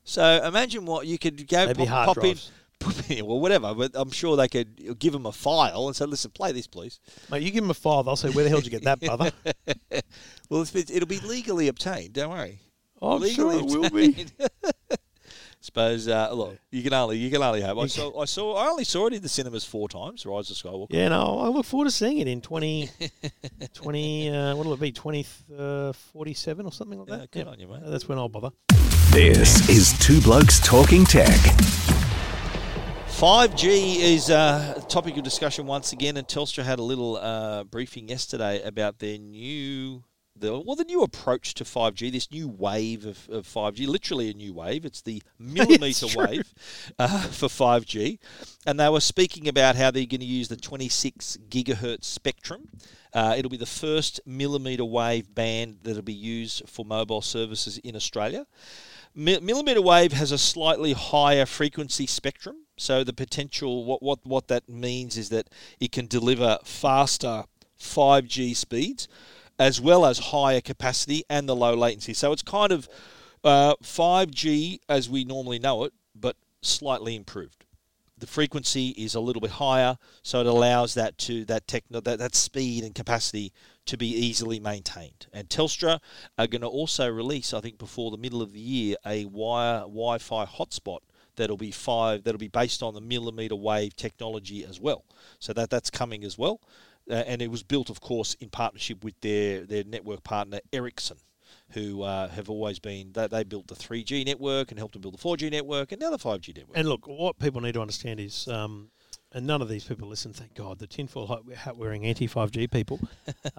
Speaker 2: So imagine what you could go
Speaker 1: Maybe hard
Speaker 2: pop, pop in.
Speaker 1: drives.
Speaker 2: pop in- Well, whatever, but I'm sure they could give them a file and say, "Listen, play this, please."
Speaker 1: Mate, you give him a five, I'll say, where the hell did you get that, brother?
Speaker 2: Well, it's, it'll be legally obtained. Don't worry.
Speaker 1: Oh, I'm sure
Speaker 2: Legally
Speaker 1: it will be.
Speaker 2: Suppose uh, look, you can only you can only hope. I saw I saw I only saw it in the cinemas four times. Rise of Skywalker.
Speaker 1: Yeah, no, I look forward to seeing it in 20, 20 uh, what'll it be, 2047 or something like that?
Speaker 2: Yeah, good on you, mate.
Speaker 1: Uh, That's when I'll bother.
Speaker 3: This is Two Blokes Talking Tech.
Speaker 2: Five G is uh, a topic of discussion once again, and Telstra had a little uh, briefing yesterday about their new. The, well, the new approach to 5G, this new wave of, of 5G, literally a new wave. It's the millimeter
Speaker 1: true.
Speaker 2: wave uh, for 5G. And they were speaking about how they're going to use the 26 gigahertz spectrum. Uh, it'll be the first millimeter wave band that'll be used for mobile services in Australia. Mi- millimeter wave has a slightly higher frequency spectrum. So the potential, what, what, what that means is that it can deliver faster 5G speeds as well as higher capacity and the low latency. So it's kind of uh, 5G as we normally know it, but slightly improved. The frequency is a little bit higher, so it allows that to that techno that, that speed and capacity to be easily maintained. And Telstra are going to also release, I think, before the middle of the year, a wire Wi-Fi hotspot that'll be five that'll be based on the millimeter wave technology as well. So that that's coming as well, uh, and it was built, of course, in partnership with their their network partner Ericsson. Who uh, have always been they, they built the 3G network and helped to build the 4G network and now the 5G network.
Speaker 1: And look, what people need to understand is, um, and none of these people listen, thank God, the tinfoil hat wearing anti 5G people.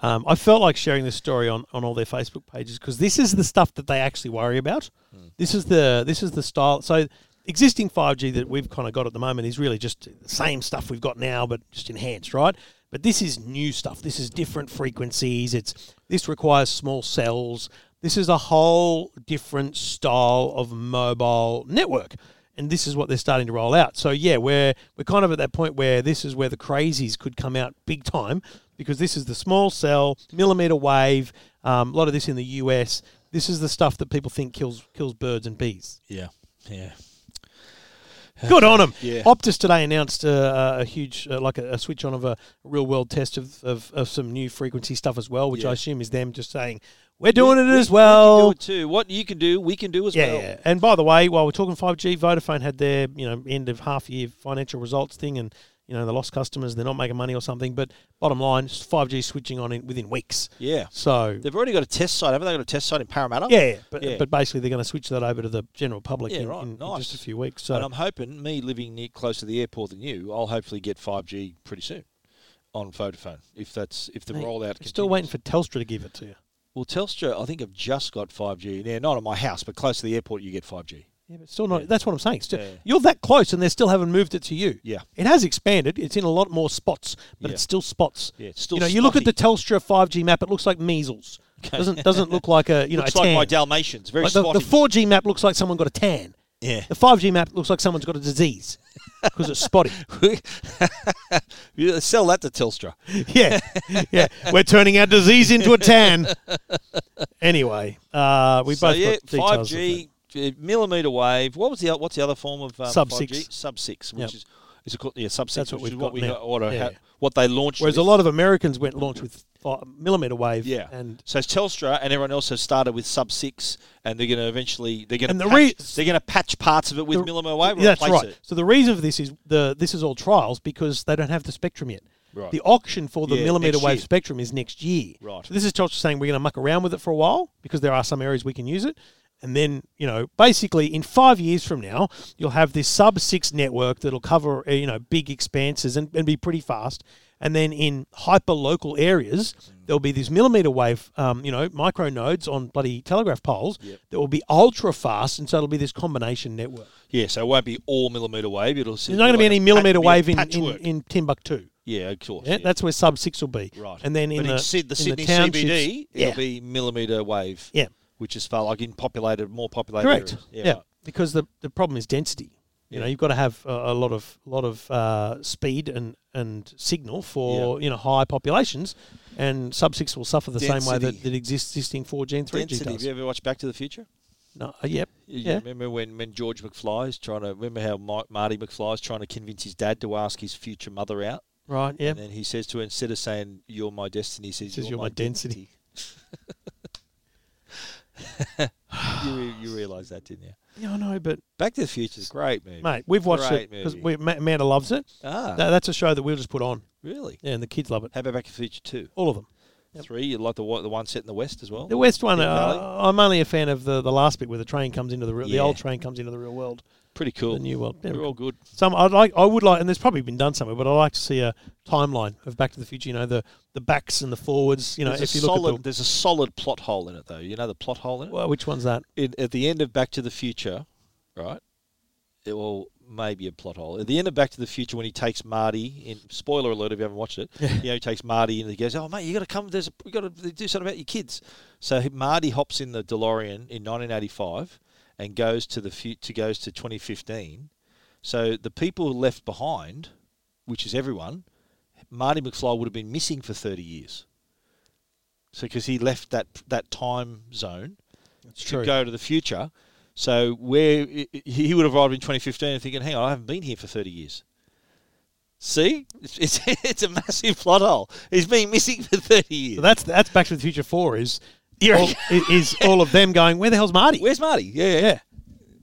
Speaker 1: um, I felt like sharing this story on, on all their Facebook pages because this is the stuff that they actually worry about. This is the this is the style. So existing 5G that we've kind of got at the moment is really just the same stuff we've got now, but just enhanced, right? But this is new stuff. This is different frequencies. It's this requires small cells. This is a whole different style of mobile network, and this is what they're starting to roll out. So yeah, we're we're kind of at that point where this is where the crazies could come out big time because this is the small cell millimeter wave. Um, a lot of this in the US. This is the stuff that people think kills kills birds and bees.
Speaker 2: Yeah, yeah.
Speaker 1: Good on them.
Speaker 2: Yeah.
Speaker 1: Optus today announced uh, a huge, uh, like a, a switch on of a real world test of, of, of some new frequency stuff as well, which
Speaker 2: Yeah.
Speaker 1: I assume is them just saying, we're doing it as
Speaker 2: We can do
Speaker 1: well.
Speaker 2: it too. What you can do, we can do as
Speaker 1: Yeah,
Speaker 2: well.
Speaker 1: yeah. And by the way, while we're talking 5G, Vodafone had their, you know, end of half year financial results thing and, you know, they lost customers, they're not making money or something. But bottom line, 5G switching on in, within weeks.
Speaker 2: Yeah.
Speaker 1: So,
Speaker 2: They've already got a test site, haven't they? Got a test site in Parramatta.
Speaker 1: yeah, yeah. But,
Speaker 2: Yeah.
Speaker 1: but basically they're going to switch that over to the general public
Speaker 2: Yeah,
Speaker 1: in,
Speaker 2: right.
Speaker 1: in
Speaker 2: Nice.
Speaker 1: just a few weeks. So
Speaker 2: And I'm hoping, me living near close to the airport than you, I'll hopefully get 5G pretty soon on Vodafone. If that's if the
Speaker 1: Mate,
Speaker 2: rollout
Speaker 1: you're still
Speaker 2: continues.
Speaker 1: waiting for Telstra to give it to you.
Speaker 2: Well, Telstra, I think I've just got 5G. Now, not at my house, but close to the airport, you get 5G.
Speaker 1: Yeah, but still not. That's what I'm saying. Still,
Speaker 2: Yeah.
Speaker 1: You're that close, and they still haven't moved it to you.
Speaker 2: Yeah.
Speaker 1: it has expanded. It's in a lot more spots, but
Speaker 2: Yeah.
Speaker 1: it's still spots.
Speaker 2: Yeah, it's still
Speaker 1: You know, you look at
Speaker 2: spotty.
Speaker 1: the Telstra 5G map. It looks like measles. Doesn't doesn't look like a you know
Speaker 2: Looks
Speaker 1: a
Speaker 2: like
Speaker 1: tan.
Speaker 2: my Dalmatians, very
Speaker 1: Like the, the
Speaker 2: spotty.
Speaker 1: 4G map looks like someone got a tan.
Speaker 2: Yeah.
Speaker 1: The 5G map looks like someone's got a disease because it's spotty.
Speaker 2: You Sell that to Telstra.
Speaker 1: yeah, yeah. We're turning our disease into a tan. Anyway, uh, we
Speaker 2: so
Speaker 1: both
Speaker 2: yeah,
Speaker 1: got details of that.
Speaker 2: 5G, uh, millimeter wave. What was the o- what's the other form of um,
Speaker 1: Sub
Speaker 2: 5G?
Speaker 1: six.
Speaker 2: Sub six, which
Speaker 1: Yep.
Speaker 2: is is it called, yeah sub six,
Speaker 1: That's what
Speaker 2: which is
Speaker 1: we've
Speaker 2: what
Speaker 1: got
Speaker 2: we
Speaker 1: now.
Speaker 2: got- what, I
Speaker 1: Yeah,
Speaker 2: ha-
Speaker 1: yeah.
Speaker 2: what they launched.
Speaker 1: Whereas a
Speaker 2: with.
Speaker 1: lot of Americans went launch with fi- millimeter wave.
Speaker 2: Yeah.
Speaker 1: and
Speaker 2: so Telstra and everyone else has started with sub six, and they're going to eventually they're going
Speaker 1: And
Speaker 2: to
Speaker 1: the
Speaker 2: patch,
Speaker 1: re-
Speaker 2: they're going to patch parts of it with
Speaker 1: the-
Speaker 2: millimeter wave. Or
Speaker 1: That's
Speaker 2: replace
Speaker 1: right.
Speaker 2: It.
Speaker 1: So the reason for this is the this is all trials because they don't have the spectrum yet.
Speaker 2: Right.
Speaker 1: The auction for the
Speaker 2: Yeah,
Speaker 1: millimeter
Speaker 2: next
Speaker 1: wave
Speaker 2: year.
Speaker 1: spectrum is next year.
Speaker 2: Right.
Speaker 1: So this is Telstra saying we're going to muck around with it for a while because there are some areas we can use it, and then you know basically in five years from now you'll have this sub six network that'll cover uh, you know big expanses and, and be pretty fast, and then in hyper local areas
Speaker 2: Mm.
Speaker 1: there'll be these millimeter wave um, you know micro nodes on bloody telegraph poles that will be ultra fast, and so it'll be this combination network.
Speaker 2: Yeah, so it won't be all millimeter wave. It'll
Speaker 1: There's not going to be any millimeter wave in, in,
Speaker 2: patchwork.
Speaker 1: in Timbuktu.
Speaker 2: yeah, of course.
Speaker 1: Yeah, That's where sub six will be.
Speaker 2: Right.
Speaker 1: And then in
Speaker 2: but
Speaker 1: the,
Speaker 2: Syd- the
Speaker 1: in
Speaker 2: Sydney
Speaker 1: townships-
Speaker 2: CBD,
Speaker 1: yeah.
Speaker 2: it'll be millimeter wave.
Speaker 1: Yeah.
Speaker 2: Which is far like in populated, more populated.
Speaker 1: correct.
Speaker 2: areas.
Speaker 1: Yeah,
Speaker 2: right.
Speaker 1: because the, the problem is density. You know,
Speaker 2: Yeah.
Speaker 1: you've got to have a, a lot of lot of uh, speed and and signal for you know high populations, and sub six will suffer the same way that,
Speaker 2: Density.
Speaker 1: that exists existing four G and three G
Speaker 2: Density. Have
Speaker 1: does.
Speaker 2: you ever watched Back to the Future?
Speaker 1: No, uh, yep,
Speaker 2: You
Speaker 1: yeah,
Speaker 2: Remember when, when George McFly is trying to remember how Ma- Marty McFly is trying to convince his dad to ask his future mother out,
Speaker 1: right, yeah.
Speaker 2: and then he says to her instead of saying "You're my destiny," he says,
Speaker 1: Says,
Speaker 2: "You're,
Speaker 1: "You're
Speaker 2: my,
Speaker 1: my density."
Speaker 2: density." you, re- you realised that, didn't you?
Speaker 1: Yeah, I know, but
Speaker 2: Back to the Future is great, man.
Speaker 1: mate, we've watched
Speaker 2: Great
Speaker 1: it because
Speaker 2: movie.
Speaker 1: Amanda loves it.
Speaker 2: Ah,
Speaker 1: That- that's a show that we'll just put on,
Speaker 2: really?
Speaker 1: yeah, and the kids love it.
Speaker 2: How about Back to the Future Two,
Speaker 1: All of them.
Speaker 2: Three? You like the one- the one set in the West as well?
Speaker 1: The West one,
Speaker 2: Dick
Speaker 1: uh,
Speaker 2: Valley?
Speaker 1: I'm only a fan of the, the last bit where the train comes into the real, the
Speaker 2: Yeah.
Speaker 1: old train comes into the real world,
Speaker 2: Pretty cool.
Speaker 1: the new world. Yeah,
Speaker 2: They're all good.
Speaker 1: Some I'd like, I would like, and there's probably been done somewhere, but I'd like to see a timeline of Back to the Future. You know, the the backs and the forwards. You know,
Speaker 2: There's
Speaker 1: if you
Speaker 2: a
Speaker 1: look
Speaker 2: solid.
Speaker 1: at the
Speaker 2: There's a solid plot hole in it, though. You know the plot hole in it.
Speaker 1: well, which one's that?
Speaker 2: in, at the end of Back to the Future, right? It, well, maybe a plot hole. At the end of Back to the Future, when he takes Marty in spoiler alert if you haven't watched it, you know he takes Marty and he goes, "Oh mate, you got to come. There's a, you got to do something about your kids." So he- Marty hops in the DeLorean in 1985 and goes to the fu- to goes to 2015. So the people left behind, which is everyone, Marty McFly would have been missing for 30 years. So because he left that that time zone,
Speaker 1: It's
Speaker 2: to go to the future. So where he he would have arrived in 2015 and thinking, hang on, I haven't been here for 30 years. See, it's, it's, it's a massive plot hole. He's been missing for thirty years.
Speaker 1: So that's that's Back to the Future Four is
Speaker 2: You
Speaker 1: all,
Speaker 2: reckon?
Speaker 1: i- is all of them going where the hell's Marty
Speaker 2: Where's Marty? Yeah, yeah, yeah.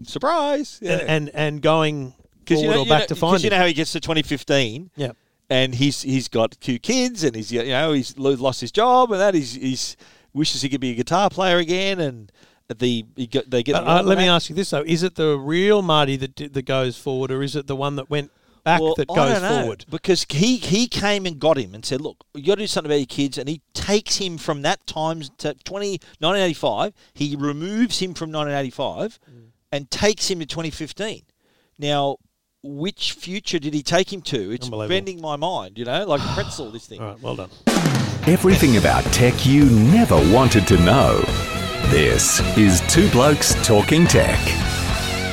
Speaker 2: Surprise! Yeah.
Speaker 1: and, and and going forward
Speaker 2: Because you know,
Speaker 1: or
Speaker 2: you
Speaker 1: back
Speaker 2: know-
Speaker 1: to
Speaker 2: 'cause
Speaker 1: find
Speaker 2: you
Speaker 1: him.
Speaker 2: know how he gets to 2015,
Speaker 1: yeah.
Speaker 2: and he's he's got two kids, and he's you know he's lo- lost his job, and that he's, he's wishes he could be a guitar player again, and the he got, they get.
Speaker 1: But,
Speaker 2: the
Speaker 1: uh, let me
Speaker 2: back.
Speaker 1: ask you this though: Is it the real Marty that did, that goes forward, or is it the one that went back
Speaker 2: Well,
Speaker 1: that
Speaker 2: I
Speaker 1: goes
Speaker 2: don't know,
Speaker 1: forward?
Speaker 2: because he he came and got him and said, look, you got to do something about your kids, and he takes him from that time to 20, 1985. He removes him from 1985
Speaker 1: Mm.
Speaker 2: and takes him to 2015. Now. Which future did he take him to? It's
Speaker 1: Unbelievable.
Speaker 2: bending my mind, you know, like pretzel. This thing.
Speaker 1: All right, well done.
Speaker 3: Everything about tech you never wanted to know. This is Two Blokes Talking Tech.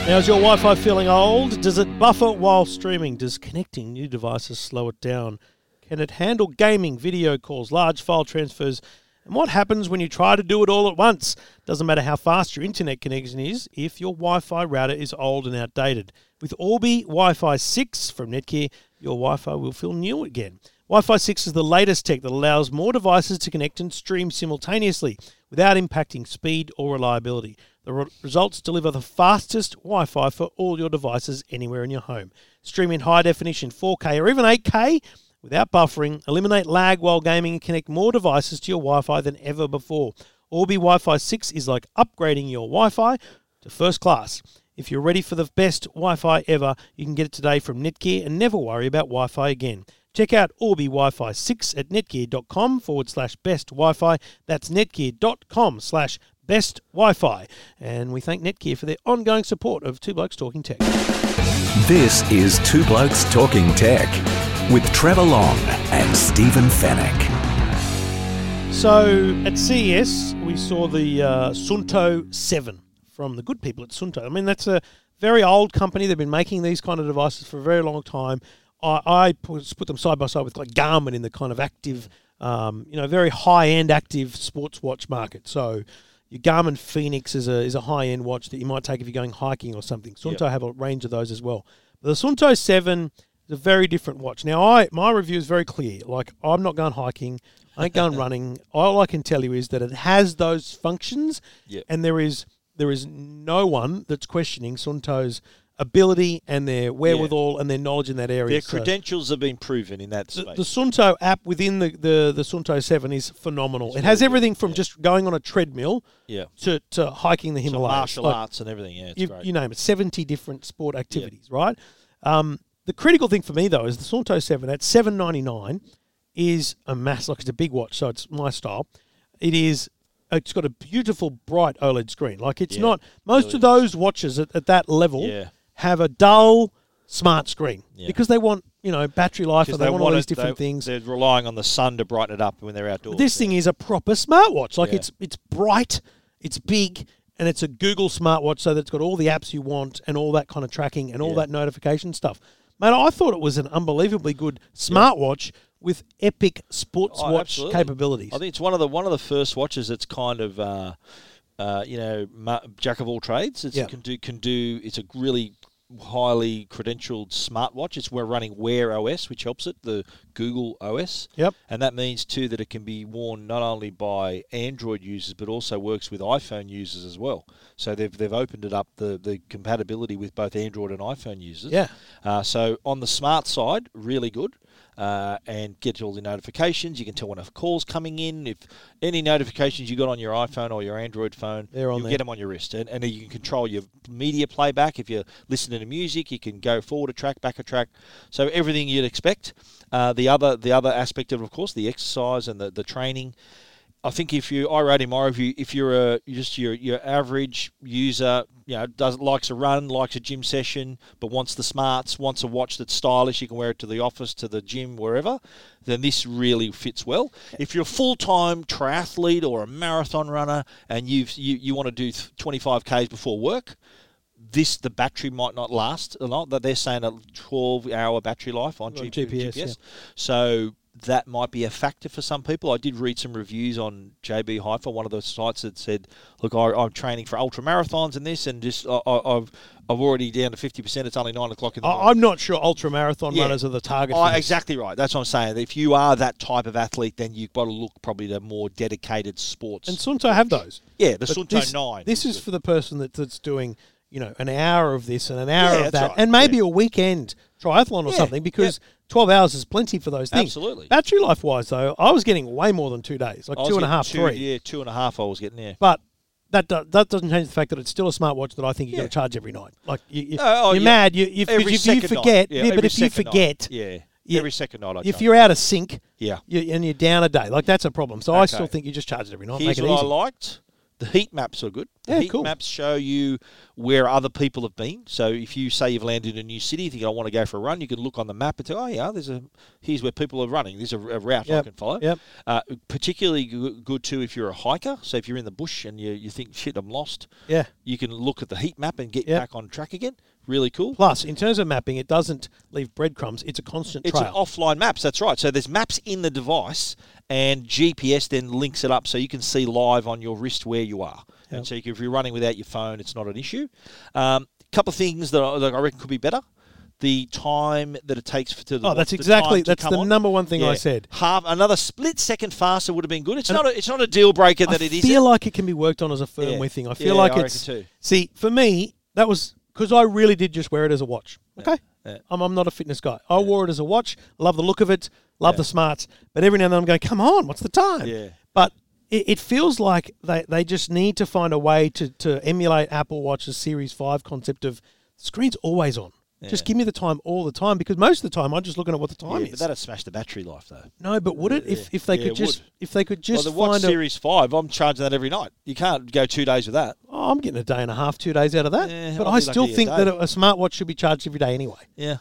Speaker 1: Now, is your Wi-Fi feeling old? Does it buffer while streaming? Does connecting new devices slow it down? Can it handle gaming, video calls, large file transfers? And what happens when you try to do it all at once? Doesn't matter how fast your internet connection is if your Wi-Fi router is old and outdated. With Orbi Wi-Fi 6 from Netgear, your Wi-Fi will feel new again. Wi-Fi 6 is the latest tech that allows more devices to connect and stream simultaneously without impacting speed or reliability. The re- results deliver the fastest Wi Fi for all your devices anywhere in your home. Stream in high definition 4K or even 8K without buffering, eliminate lag while gaming, and connect more devices to your Wi Fi than ever before. Orbi Wi Fi 6 is like upgrading your Wi Fi to first class. If you're ready for the best Wi Fi ever, you can get it today from Netgear and never worry about Wi Fi again. Check out Orbi Wi Fi 6 at netgear.com forward slash best Wi Fi. That's netgear.com slash best Wi Fi. And we thank Netgear for their ongoing support of Two Blokes Talking Tech.
Speaker 3: This is Two Blokes Talking Tech with Trevor Long and Stephen Fennec.
Speaker 1: So at CES, we saw the uh, Sunto 7 from the good people at Sunto. I mean, that's a very old company. They've been making these kind of devices for a very long time. I, I put, put them side by side with like Garmin in the kind of active, um, you know, very high end active sports watch market. So your Garmin Phoenix is a, is a high end watch that you might take if you're going hiking or something. Sunto have a range of those as well. But the Sunto 7 is a very different watch. Now, I my review is very clear. Like, I'm not going hiking. I ain't going running. All I can tell you is that it has those functions,
Speaker 2: Yep.
Speaker 1: and there is there is no one that's questioning Sunto's ability and their wherewithal and their knowledge in that area.
Speaker 2: Their
Speaker 1: So
Speaker 2: credentials have been proven in that
Speaker 1: the,
Speaker 2: space.
Speaker 1: the Sunto app within the, the, the Sunto 7 is phenomenal. it has everything from just going on a treadmill
Speaker 2: yeah.
Speaker 1: to, to hiking the
Speaker 2: So
Speaker 1: Himalayas.
Speaker 2: martial
Speaker 1: Like,
Speaker 2: arts and everything. Yeah, it's
Speaker 1: you,
Speaker 2: great.
Speaker 1: you name it, 70 different sport activities, right? Um, the critical thing for me, though, is the Sunto 7 at 799 is a mass, like it's a big watch, so it's my style. It is, it's got a beautiful, bright OLED screen. Like it's not, most of those watches at, at that level
Speaker 2: Yeah.
Speaker 1: have a dull, smart screen
Speaker 2: Yeah.
Speaker 1: because they want, you know, battery life and they, want all
Speaker 2: wanna-
Speaker 1: these different
Speaker 2: they-
Speaker 1: things.
Speaker 2: They're relying on the sun to brighten it up when they're outdoors.
Speaker 1: This thing is a proper smartwatch. Like
Speaker 2: Yeah.
Speaker 1: it's it's bright, it's big, and it's a Google smartwatch, so that it's got all the apps you want and all that kind of tracking and all that notification stuff. Mate, I thought it was an unbelievably good smartwatch with epic sports
Speaker 2: Oh,
Speaker 1: watch
Speaker 2: absolutely.
Speaker 1: capabilities.
Speaker 2: I think it's one of the one of the first watches that's kind of. Uh, uh, you know, ma- jack of all trades. It
Speaker 1: Yeah.
Speaker 2: can do can do. It's a really highly credentialed smartwatch. It's we're running Wear OS, which helps it, the Google OS.
Speaker 1: Yep.
Speaker 2: And that means too that it can be worn not only by Android users but also works with iPhone users as well. So they've they've opened it up the the compatibility with both Android and iPhone users.
Speaker 1: Yeah.
Speaker 2: Uh, so on the smart side, really good. Uh, and get all the notifications. You can tell when a call's coming in. If any notifications you got on your iPhone or your Android phone,
Speaker 1: They're on
Speaker 2: you'll
Speaker 1: there.
Speaker 2: get them on your wrist. And, and you can control your media playback. If you're listening to music, you can go forward a track, back a track. So everything you'd expect. Uh, the other the other aspect of, of course, the exercise and the, the training. I think if you, I rate in my review, if you're a you're just your your average user, you know, does likes a run, likes a gym session, but wants the smarts, wants a watch that's stylish, you can wear it to the office, to the gym, wherever, then this really fits well. If you're a full time triathlete or a marathon runner, and you've you, you want to do 25 k's before work, this the battery might not last a lot. That they're saying a 12 hour battery life on
Speaker 1: On
Speaker 2: GPS.
Speaker 1: GPS, yeah.
Speaker 2: So that might be a factor for some people. I did read some reviews on JB Haifa, one of the sites that said, "Look, I, I'm training for ultra marathons and this, and just I, I, I've I've already down to fifty percent. It's only nine o'clock in the morning."
Speaker 1: I, I'm not sure ultra marathon
Speaker 2: Yeah.
Speaker 1: runners are the target.
Speaker 2: Oh,
Speaker 1: for this.
Speaker 2: exactly right. That's what I'm saying. If you are that type of athlete, then you've got to look probably to more dedicated sports.
Speaker 1: And Sunto have those.
Speaker 2: yeah, the
Speaker 1: But
Speaker 2: Sunto
Speaker 1: this,
Speaker 2: Nine.
Speaker 1: This is for the person that, that's doing, you know, an hour of this and an hour
Speaker 2: Yeah,
Speaker 1: of
Speaker 2: that's
Speaker 1: that,
Speaker 2: right.
Speaker 1: and maybe a weekend triathlon or
Speaker 2: Yeah,
Speaker 1: something because twelve hours is plenty for those things.
Speaker 2: Absolutely.
Speaker 1: Battery life wise, though, I was getting way more than two days, like
Speaker 2: I was
Speaker 1: two and a
Speaker 2: getting
Speaker 1: half,
Speaker 2: two-
Speaker 1: three.
Speaker 2: Yeah, two and a half. I was getting there.
Speaker 1: But that do, that doesn't change the fact that it's still a smartwatch that I think you're
Speaker 2: Yeah.
Speaker 1: going to charge every night. Like you, you,
Speaker 2: Oh, oh,
Speaker 1: you're
Speaker 2: yeah.
Speaker 1: mad. You, you, 'cause
Speaker 2: Every
Speaker 1: if you
Speaker 2: second
Speaker 1: forget,
Speaker 2: night.
Speaker 1: yeah, but
Speaker 2: every
Speaker 1: if you
Speaker 2: second night.
Speaker 1: forget,
Speaker 2: yeah.
Speaker 1: Yeah.
Speaker 2: every second night I
Speaker 1: if
Speaker 2: jump.
Speaker 1: you're out of sync,
Speaker 2: yeah.
Speaker 1: you, and you're down a day, like that's a problem. So I
Speaker 2: Okay.
Speaker 1: still think you just charge it every night.
Speaker 2: Here's
Speaker 1: make it
Speaker 2: what
Speaker 1: easy.
Speaker 2: I liked. The heat maps are good. The
Speaker 1: Yeah,
Speaker 2: heat
Speaker 1: cool.
Speaker 2: maps show you where other people have been. So if you say you've landed in a new city, you think I want to go for a run, you can look on the map and say, oh yeah, there's a here's where people are running. There's a, a route
Speaker 1: Yep,
Speaker 2: I can follow.
Speaker 1: yep.
Speaker 2: Uh, particularly g- good too if you're a hiker. So if you're in the bush and you, you think shit, I'm lost.
Speaker 1: Yeah.
Speaker 2: You can look at the heat map and get
Speaker 1: Yep.
Speaker 2: back on track again. Really cool.
Speaker 1: Plus, in terms of mapping, it doesn't leave breadcrumbs. It's a constant
Speaker 2: It's
Speaker 1: trail.
Speaker 2: an offline maps. That's right. So there's maps in the device, and GPS then links it up, so you can see live on your wrist where you are. And so you can, if you're running without your phone, it's not an issue. A um, couple of things that I, that I reckon could be better: the time that it takes for to the
Speaker 1: Oh, that's
Speaker 2: the time
Speaker 1: exactly-
Speaker 2: to
Speaker 1: that's
Speaker 2: come
Speaker 1: the
Speaker 2: on.
Speaker 1: number one thing I said.
Speaker 2: Half another split second faster would have been good. It's not a, it's not a deal breaker that
Speaker 1: I
Speaker 2: it is.
Speaker 1: feel like it can be worked on as a firmware
Speaker 2: Yeah.
Speaker 1: thing. I
Speaker 2: Yeah,
Speaker 1: feel like
Speaker 2: I reckon
Speaker 1: it's
Speaker 2: too.
Speaker 1: see for me that was because I really did just wear it as a watch. Okay,
Speaker 2: Yeah.
Speaker 1: I'm, I'm not a fitness guy. I wore it as a watch. Love the look of it. Love the smarts. But every now and then I'm going, come on, what's the time?
Speaker 2: Yeah.
Speaker 1: But it, it feels like they, they just need to find a way to to emulate Apple Watch's Series Five concept of screen's always on. Just give me the time all the time because most of the time I'm just looking at what the time
Speaker 2: yeah,
Speaker 1: is.
Speaker 2: but that'd smash the battery life though.
Speaker 1: No, but would it if, if they
Speaker 2: Yeah,
Speaker 1: could
Speaker 2: it
Speaker 1: just
Speaker 2: would.
Speaker 1: if they could just
Speaker 2: well, the Watch
Speaker 1: find a,
Speaker 2: Series Five, I'm charging that every night. You can't go two days with that.
Speaker 1: oh, I'm getting a day and a half, two days out of that.
Speaker 2: Yeah,
Speaker 1: but
Speaker 2: I'll
Speaker 1: I
Speaker 2: be
Speaker 1: still
Speaker 2: lucky a
Speaker 1: think
Speaker 2: day.
Speaker 1: that a, a smartwatch should be charged every day anyway.
Speaker 2: Yeah.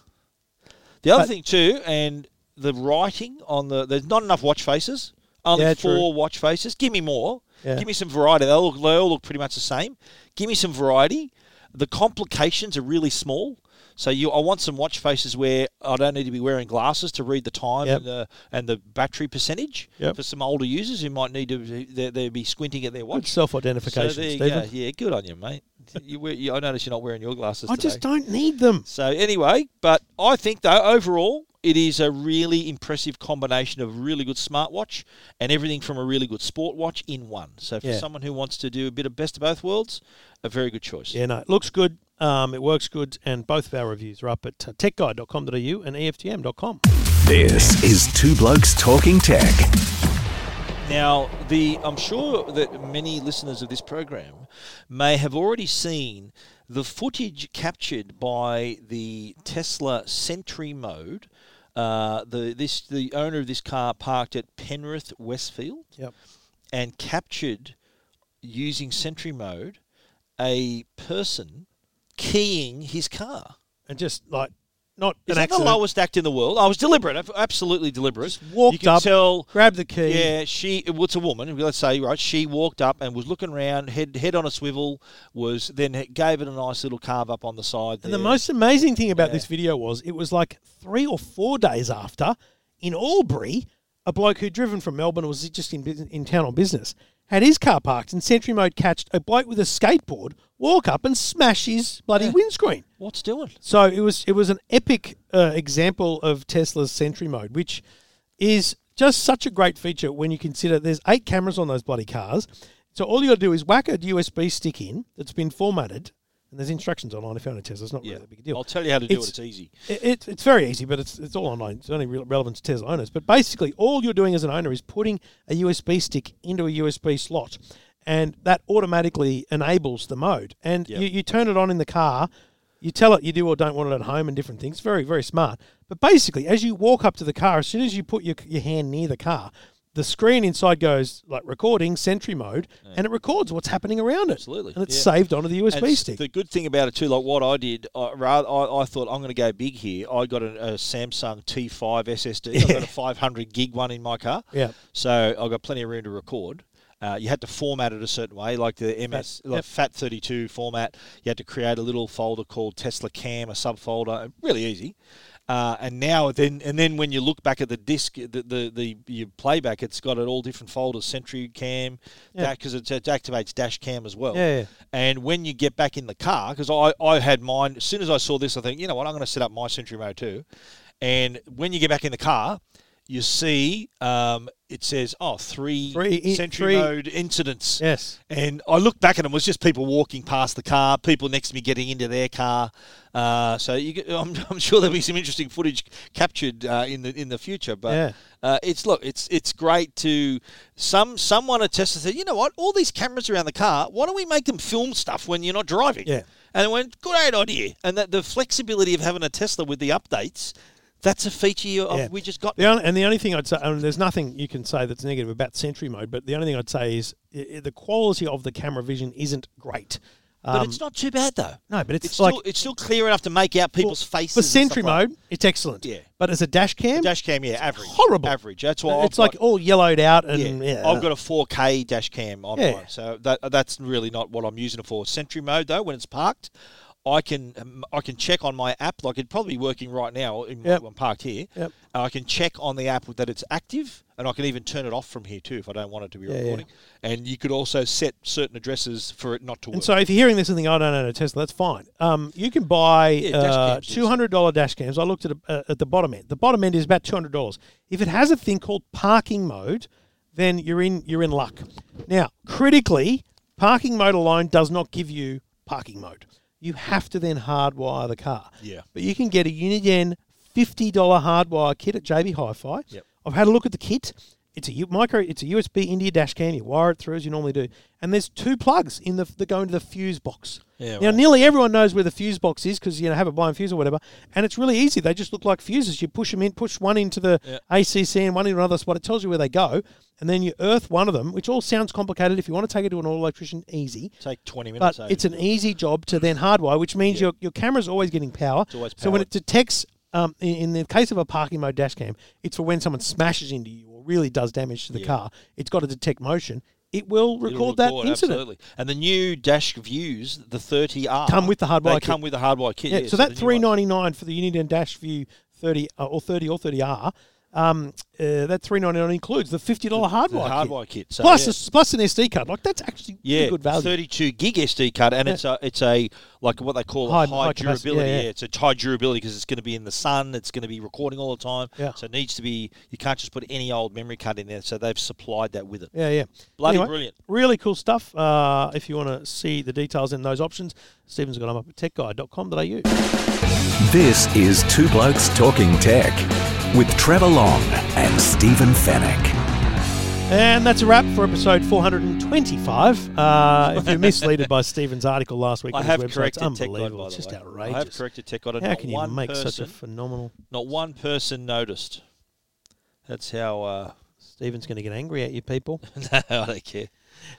Speaker 2: The other
Speaker 1: But-
Speaker 2: thing too, and the writing on the there's not enough watch faces. Only
Speaker 1: Yeah,
Speaker 2: four
Speaker 1: true.
Speaker 2: watch faces. Give me more.
Speaker 1: Yeah.
Speaker 2: Give me some variety. They all, they all look pretty much the same. Give me some variety. The complications are really small. So you, I want some watch faces where I don't need to be wearing glasses to read the time
Speaker 1: Yep.
Speaker 2: and, the, and the battery percentage
Speaker 1: Yep.
Speaker 2: for some older users who might need to they they'd be squinting at their
Speaker 1: Good
Speaker 2: watch. So
Speaker 1: self-identification,
Speaker 2: there you
Speaker 1: Stephen.
Speaker 2: go. Yeah, good on you, mate. You, wear- you, I notice you're not wearing your glasses.
Speaker 1: I
Speaker 2: today.
Speaker 1: just don't need them.
Speaker 2: So anyway, but I think though overall it is a really impressive combination of really good smartwatch and everything from a really good sport watch in one. So for
Speaker 1: Yeah.
Speaker 2: someone who wants to do a bit of best of both worlds, a very good choice.
Speaker 1: Yeah, no, it looks good. Um, it works good, and both of our reviews are up at uh, techguide.com.au and E eftm.com.
Speaker 3: This is Two Blokes Talking Tech.
Speaker 2: Now, the I'm sure that many listeners of this program may have already seen the footage captured by the Tesla Sentry mode. Uh, the this the owner of this car parked at Penrith Westfield.
Speaker 1: Yep.
Speaker 2: and captured using sentry mode a person keying his car.
Speaker 1: And just like not an
Speaker 2: Is that
Speaker 1: accident.
Speaker 2: the lowest act in the world? I was deliberate, ab- absolutely deliberate.
Speaker 1: walked
Speaker 2: you can
Speaker 1: up,
Speaker 2: tell.
Speaker 1: Grab the key.
Speaker 2: Yeah, she. Well, it's a woman. Let's say right. She walked up and was looking around, head head on a swivel. Was then gave it a nice little carve up on the side.
Speaker 1: And
Speaker 2: there.
Speaker 1: the most amazing thing about this video was it was like three or four days after in Albury, a bloke who'd driven from Melbourne was just in business, in town on business had his car parked and Sentry Mode catched a bloke with a skateboard walk up and smash his bloody windscreen.
Speaker 2: What's doing?
Speaker 1: So it was it was an epic uh, example of Tesla's Sentry Mode, which is just such a great feature when you consider there's eight cameras on those bloody cars. So all you got to do is whack a USB stick in that's been formatted, and there's instructions online if you own a Tesla. It's not really a big deal.
Speaker 2: I'll tell you how to do
Speaker 1: It's-
Speaker 2: it. It's easy.
Speaker 1: It, it, it's very easy, but it's, it's all online. It's only re- relevant to Tesla owners. But basically, all you're doing as an owner is putting a USB stick into a USB slot, and that automatically enables the mode. And you, you turn it on in the car. You tell it you do or don't want it at home and different things. Very, very smart. But basically, as you walk up to the car, as soon as you put your, your hand near the car, the screen inside goes like recording, sentry mode, and it records what's happening around it.
Speaker 2: Absolutely.
Speaker 1: And it's
Speaker 2: Yeah.
Speaker 1: saved onto the USB
Speaker 2: And s-
Speaker 1: stick.
Speaker 2: The good thing about it too, like what I did, I, rather, I, I thought I'm going to go big here. I got a, a Samsung T5 SSD. I've got a 500 gig one in my car.
Speaker 1: Yeah.
Speaker 2: So I got plenty of room to record. Uh, you had to format it a certain way, like the MS, like FAT32 format. You had to create a little folder called Tesla Cam, a subfolder. Really easy. Uh, and now then and then when you look back at the disc the the, the your playback it's got it all different folders century cam
Speaker 1: Yeah.
Speaker 2: that because it, it activates dash cam as well
Speaker 1: Yeah, yeah.
Speaker 2: and when you get back in the car because I, I had mine as soon as i saw this i think you know what i'm going to set up my century mode too and when you get back in the car you see um, it says oh three,
Speaker 1: Three in-
Speaker 2: century
Speaker 1: three-
Speaker 2: mode incidents
Speaker 1: Yes.
Speaker 2: and I looked back at them. It was just people walking past the car, people next to me getting into their car. Uh, so you, get- I'm, I'm sure there'll be some interesting footage captured uh, in the in the future. But
Speaker 1: Yeah.
Speaker 2: uh, it's look, it's it's great to some someone at Tesla said, you know what, all these cameras around the car. Why don't we make them film stuff when you're not driving?
Speaker 1: Yeah.
Speaker 2: and it went great idea. And that the flexibility of having a Tesla with the updates, that's a feature you, of
Speaker 1: Yeah.
Speaker 2: we just got.
Speaker 1: The only, and the only thing I'd say, and there's nothing you can say that's negative about Sentry mode, but the only thing I'd say is i i- the quality of the camera vision isn't great. Um,
Speaker 2: But it's not too bad though.
Speaker 1: No, but it's
Speaker 2: still,
Speaker 1: like-
Speaker 2: it's still clear enough to make out people's faces.
Speaker 1: For
Speaker 2: and stuff
Speaker 1: Sentry
Speaker 2: like
Speaker 1: mode, it's excellent.
Speaker 2: Yeah.
Speaker 1: But as a dash cam,
Speaker 2: Dash cam, yeah, average.
Speaker 1: horrible.
Speaker 2: Average. That's why
Speaker 1: it's
Speaker 2: I've
Speaker 1: like
Speaker 2: got-
Speaker 1: all yellowed out and
Speaker 2: yeah,
Speaker 1: yeah.
Speaker 2: I've got a 4K dash cam on
Speaker 1: Yeah.
Speaker 2: mine, so that that's really not what I'm using it for. Sentry mode though, when it's parked, I can um, I can check on my app. Like it'd probably be working right now. In,
Speaker 1: Yep.
Speaker 2: I'm parked here.
Speaker 1: Yep.
Speaker 2: I can check on the app that it's active, and I can even turn it off from here too if I don't want it to be
Speaker 1: yeah.
Speaker 2: recording. And you could also set certain addresses for it not to work.
Speaker 1: And so if you're hearing this and think, oh, no, no, no, Tesla, that's fine. Um, you can buy
Speaker 2: Yeah, dash
Speaker 1: uh,
Speaker 2: cams, yes.
Speaker 1: $200 dash cams. I looked at, uh, at the bottom end. The bottom end is about $200. If it has a thing called parking mode, then you're in, you're in luck. Now, critically, parking mode alone does not give you parking mode. You have to then hardwire the car.
Speaker 2: Yeah.
Speaker 1: But you can get a Unigen $50 hardwire kit at JB Hi-Fi.
Speaker 2: Yep.
Speaker 1: I've had a look at the kit. It's a U- micro. It's a USB India dash cam. You wire it through as you normally do, and there's two plugs in the that go into the fuse box.
Speaker 2: Yeah,
Speaker 1: now
Speaker 2: right.
Speaker 1: nearly everyone knows where the fuse box is because you know have a blind fuse or whatever, and it's really easy. They just look like fuses. You push them in, push one into the ACC and one into another spot. It tells you where they go, and then you earth one of them, which all sounds complicated. If you want to take it to an auto electrician, easy.
Speaker 2: Take 20
Speaker 1: But
Speaker 2: minutes. eh? over.
Speaker 1: it's an easy job to then hardwire, which means your, your camera's always getting power.
Speaker 2: always
Speaker 1: so when
Speaker 2: powered.
Speaker 1: it detects, um, in, in the case of a parking mode dash cam, it's for when someone smashes into you or really does damage to the car. It's got to detect motion. It will
Speaker 2: It'll
Speaker 1: record,
Speaker 2: record,
Speaker 1: that incident.
Speaker 2: Absolutely. And the new dash views, the 30R,
Speaker 1: Come with the hardwire
Speaker 2: They
Speaker 1: kit.
Speaker 2: come with the hardwire kit.
Speaker 1: Yeah,
Speaker 2: yeah,
Speaker 1: so that
Speaker 2: the new one-
Speaker 1: three ninety nine for the Uniden Dash View thirty uh, or thirty or thirty R. Um, uh, that three ninety nine includes the fifty dollar hardwire
Speaker 2: hardwire
Speaker 1: kit,
Speaker 2: kit, so
Speaker 1: plus
Speaker 2: yeah.
Speaker 1: a s- plus an SD card. Like that's actually
Speaker 2: Yeah,
Speaker 1: good value.
Speaker 2: 32 gig SD card, and it's a it's a like what they call
Speaker 1: High-
Speaker 2: a high,
Speaker 1: high capacity,
Speaker 2: durability.
Speaker 1: yeah, yeah.
Speaker 2: it's a high durability because it's going to be in the sun, it's going to be recording all the time.
Speaker 1: Yeah.
Speaker 2: So it needs to be. You can't just put any old memory card in there. So they've supplied that with it.
Speaker 1: Yeah, yeah.
Speaker 2: Bloody brilliant.
Speaker 1: Really cool stuff. Uh, if you want to see the details in those options, Stephen's got them up at techguide.com.au.
Speaker 3: This is Two Blokes Talking Tech with Trevor Long and Stephen Fennec.
Speaker 1: And that's a wrap for episode 425. Uh, if you're misleaded by Stephen's article last week
Speaker 2: I
Speaker 1: on
Speaker 2: have
Speaker 1: his website, it's
Speaker 2: corrected TechGuide, by
Speaker 1: unbelievable.
Speaker 2: the
Speaker 1: It's just
Speaker 2: way.
Speaker 1: outrageous.
Speaker 2: I have corrected TechGuide. and
Speaker 1: How
Speaker 2: not
Speaker 1: can you
Speaker 2: one
Speaker 1: make
Speaker 2: person,
Speaker 1: such a phenomenal.
Speaker 2: Not one person noticed. That's how. Uh,
Speaker 1: Stephen's going to get angry at you people.
Speaker 2: no, I don't care.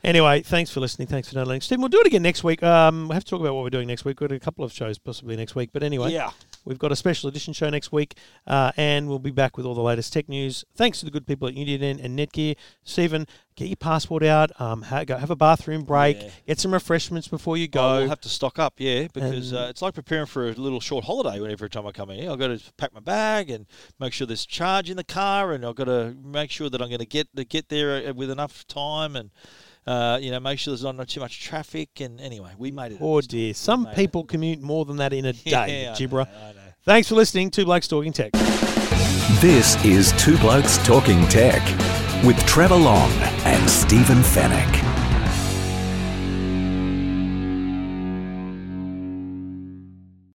Speaker 1: Anyway, thanks for listening. Thanks for downloading. Stephen, we'll do it again next week. Um, we have to talk about what we're doing next week. We've got a couple of shows possibly next week. But anyway,
Speaker 2: Yeah.
Speaker 1: we've got a special edition show next week, uh, and we'll be back with all the latest tech news. Thanks to the good people at Uniden and Netgear. Stephen, get your passport out. Um, ha- go have a bathroom break.
Speaker 2: Yeah.
Speaker 1: Get some refreshments before you go.
Speaker 2: Oh, we'll have to stock up, yeah, because
Speaker 1: And-
Speaker 2: uh, it's like preparing for a little short holiday. When every time I come in here, I've got to pack my bag and make sure there's charge in the car, and I've got to make sure that I'm going to get to get there uh, with enough time, and uh, you know, make sure there's not too much traffic. And anyway, we made it.
Speaker 1: oh dear, some
Speaker 2: mate.
Speaker 1: people commute more than that in a
Speaker 2: Yeah,
Speaker 1: day.
Speaker 2: I
Speaker 1: Gibra.
Speaker 2: know, I know.
Speaker 1: Thanks for listening to Blokes Talking Tech.
Speaker 3: This is Two Blokes Talking Tech with Trevor Long and Stephen Fennec.